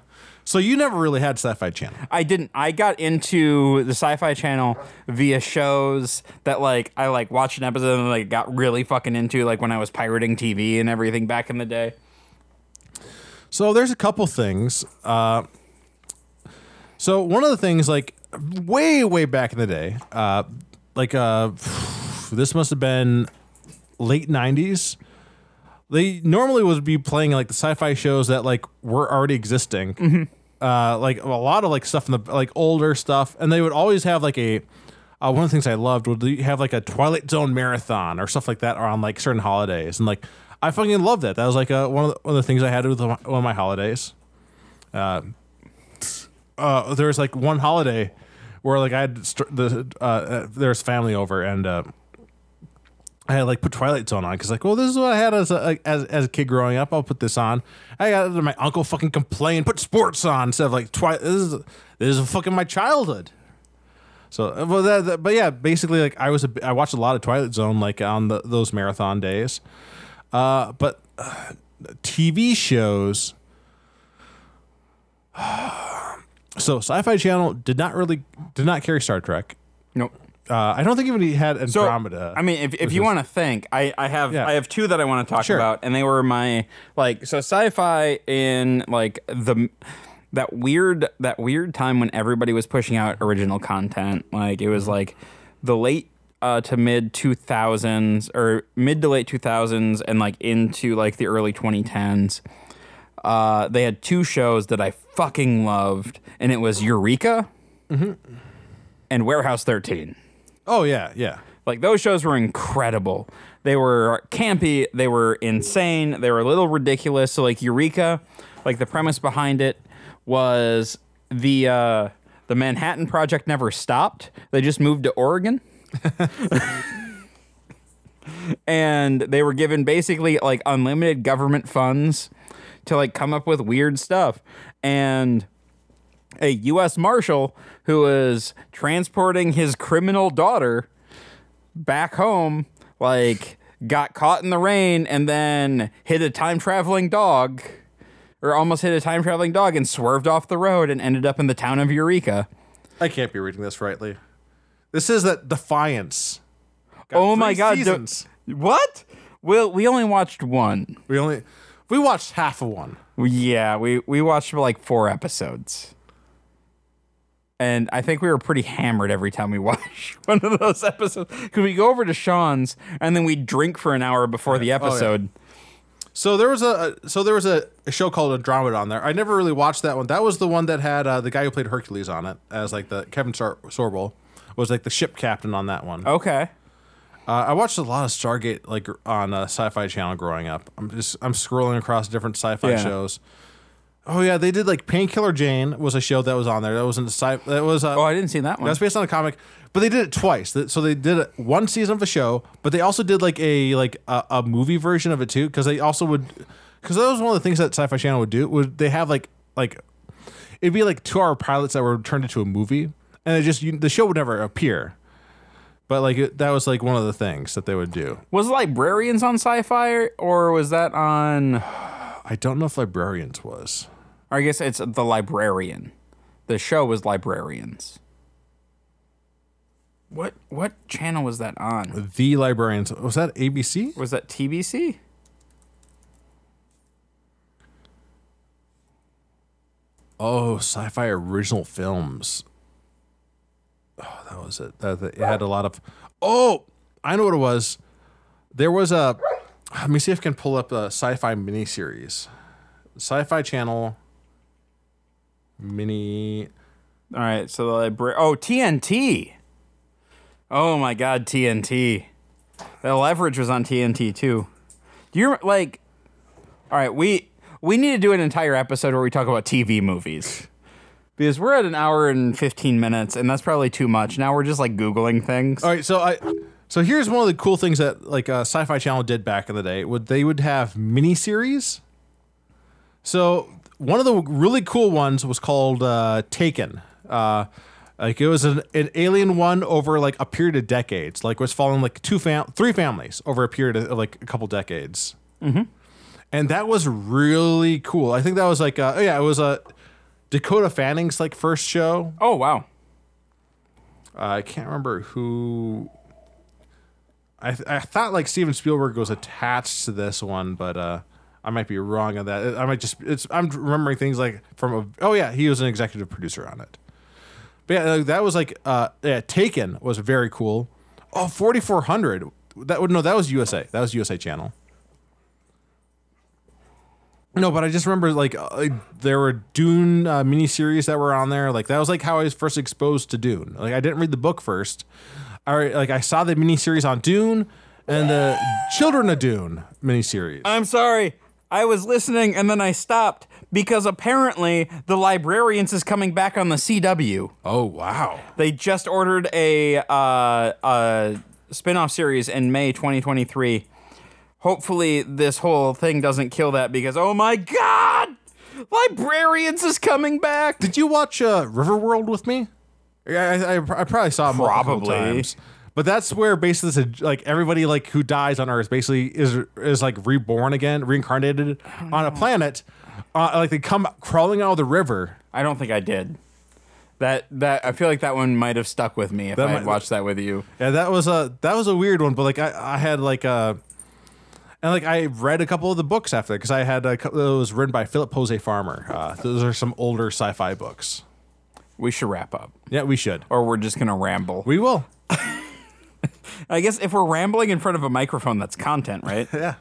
Speaker 3: so you never really had sci-fi channel.
Speaker 2: I didn't. I got into the Sci-Fi Channel via shows that like I like watched an episode and like got really fucking into like when I was pirating TV and everything back in the day.
Speaker 3: So there's a couple things. Uh, so one of the things, like way way back in the day, uh, like uh, this must have been late '90s. They normally would be playing like the sci-fi shows that like were already existing, uh, like a lot of like stuff in the like older stuff, and they would always have like a. Uh, one of the things I loved would they have like a Twilight Zone marathon or stuff like that around like certain holidays, and like I fucking loved that. That was like uh one, of the, one of the things I had with one of my holidays uh, there was like one holiday where like I had st- the uh, uh, there was family over and uh, I had like put Twilight Zone on because like well this is what I had as a like, as, as a kid growing up I'll put this on I got my uncle fucking complained put sports on instead of like Twilight this is this is fucking my childhood. So, uh, well, that, that- but yeah, basically, like I was, a, I watched a lot of Twilight Zone, like on the, those marathon days. Uh, but uh, TV shows, so Sci-Fi Channel did not really did not carry Star Trek.
Speaker 2: Nope.
Speaker 3: Uh, I don't think even he had
Speaker 2: So
Speaker 3: Andromeda.
Speaker 2: I mean, if, if
Speaker 3: which
Speaker 2: you
Speaker 3: was-
Speaker 2: want to think, I, I have
Speaker 3: Yeah.
Speaker 2: I have two that I want to talk
Speaker 3: Sure.
Speaker 2: about, and they were my like so sci-fi in like the that weird that weird time when everybody was pushing out original content. Like it was
Speaker 3: Mm-hmm.
Speaker 2: like the late uh, to mid two thousands or mid to late two thousands, and like into like the early twenty tens. Uh, they had two shows that I fucking loved, and it was Eureka
Speaker 3: Mm-hmm.
Speaker 2: and Warehouse 13.
Speaker 3: oh yeah, yeah.
Speaker 2: Like those shows were incredible. They were campy, they were insane, they were a little ridiculous. So like Eureka, like the premise behind it was the uh the Manhattan Project never stopped. They just moved to Oregon. and they were given basically like unlimited government funds to like come up with weird stuff. And a US marshal who was transporting his criminal daughter back home, like got caught in the rain and then hit a time traveling dog or almost hit a time traveling dog and swerved off the road and ended up in the town of Eureka.
Speaker 3: I can't be reading this rightly. This is that Defiance. Got
Speaker 2: oh my
Speaker 3: three
Speaker 2: god. the-
Speaker 3: Seasons.
Speaker 2: what? Well, we only watched one.
Speaker 3: We only we watched half of one.
Speaker 2: Yeah, we we watched like four episodes. And I think we were pretty hammered every time we watched one of those episodes. Because we go over to Sean's and then we drink for an hour before the
Speaker 3: Oh, yeah.
Speaker 2: episode.
Speaker 3: So there was a a- so there was a, a show called Andromeda on there. I never really watched that one. That was the one that had uh, the guy who played Hercules on it as like the Kevin Sor- Sorbo was like the ship captain on that one.
Speaker 2: Okay.
Speaker 3: Uh, I watched a lot of Stargate like on uh, Sci-Fi Channel growing up. I'm just I'm scrolling across different sci-fi
Speaker 2: Yeah.
Speaker 3: shows. Oh yeah, they did like Painkiller Jane was a show that was on there. That was in sci. That was uh,
Speaker 2: Oh, I didn't see that one.
Speaker 3: That's based on a comic, but they did it twice. Th- So they did it- one season of a show, but they also did like a like a, a movie version of it too, because they also would because that was one of the things that Sci-Fi Channel would do. Would they have like like it'd be like two-hour pilots that were turned into a movie, and it just you, the show would never appear. But like it, that was like one of the things that they would do.
Speaker 2: was Librarians on sci fi or, or was that on.
Speaker 3: I don't know if Librarians was.
Speaker 2: Or I guess it's The Librarian. The show was Librarians. What what channel was that on?
Speaker 3: The Librarians was that ABC?
Speaker 2: Was that TBC?
Speaker 3: Oh, sci-fi original films. Oh, that was it. That, that- it had a lot of. Oh, I know what it was. There was a. Let me see if I can pull up a sci-fi miniseries. Sci-fi Channel. Mini.
Speaker 2: All right, so the library. Oh, TNT. Oh my God, TNT. The leverage was on TNT too. Do you rem- like? All right, we we need to do an entire episode where we talk about TV movies because we're at an hour and fifteen minutes, and that's probably too much. Now we're just like googling things.
Speaker 3: All right, so I. So here's one of the cool things that like uh, Sci-Fi Channel did back in the day. Would they would have miniseries? So one of the really cool ones was called uh, Taken. Uh, like it was an, an alien one over like a period of decades. Like was following like two fam- three families over a period of like a couple decades. Mm-hmm. And that was really cool. I think that was like uh, yeah, it was a Dakota Fanning's like first show.
Speaker 2: Oh wow.
Speaker 3: Uh, I can't remember who. I th- I thought like Steven Spielberg was attached to this one, but uh, I might be wrong on that. I might just it's I'm remembering things like from a oh yeah he was an executive producer on it. But yeah, like, that was like uh yeah Taken was very cool. Oh 4400 that would no that was USA that was USA Channel. No, but I just remember like uh, there were Dune uh, miniseries that were on there. Like that was like how I was first exposed to Dune. Like I didn't read the book first. I like I saw the miniseries on Dune and the Children of Dune miniseries.
Speaker 2: I'm sorry. I was listening and then I stopped because apparently the librarians is coming back on the CW.
Speaker 3: oh wow!
Speaker 2: They just ordered a uh, uh, spin-off series in May 2023. Hopefully, this whole thing doesn't kill that because oh my god, Librarians is coming back.
Speaker 3: Did you watch uh, Riverworld with me? Yeah, I, I, I probably saw it multiple
Speaker 2: Probably.
Speaker 3: times. But that's where basically it's a- like everybody like who dies on Earth basically is is like reborn again, reincarnated on a planet. Uh, like they come crawling out of the river
Speaker 2: I don't think I did. That that I feel like that one might have stuck with me if I had
Speaker 3: might-
Speaker 2: watched that with you.
Speaker 3: Yeah, that was a that was a weird one, but like I, I had like a and like I read a couple of the books after because I had a couple that was written by Philip Jose Farmer. Uh, those are some older sci-fi books.
Speaker 2: We should wrap up,
Speaker 3: Yeah, we should.
Speaker 2: or we're just gonna ramble.
Speaker 3: We will.
Speaker 2: I guess if we're rambling in front of a microphone, that's content, right?
Speaker 3: Yeah.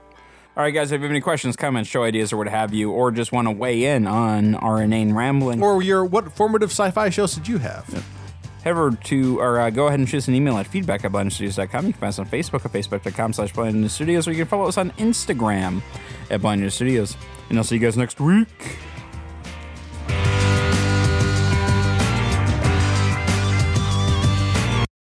Speaker 2: All right, guys. If you have any questions, comments, show ideas, or what have you, or just want to weigh in on our inane rambling,
Speaker 3: Or your what formative sci-fi shows did you have?
Speaker 2: head over to or uh, go ahead and shoot us an email at feedback at blindnewstudios.com. You can find us on Facebook at facebook.com slash blindnewstudios, or you can follow us on Instagram at blindnewstudios. And I'll see you guys next week.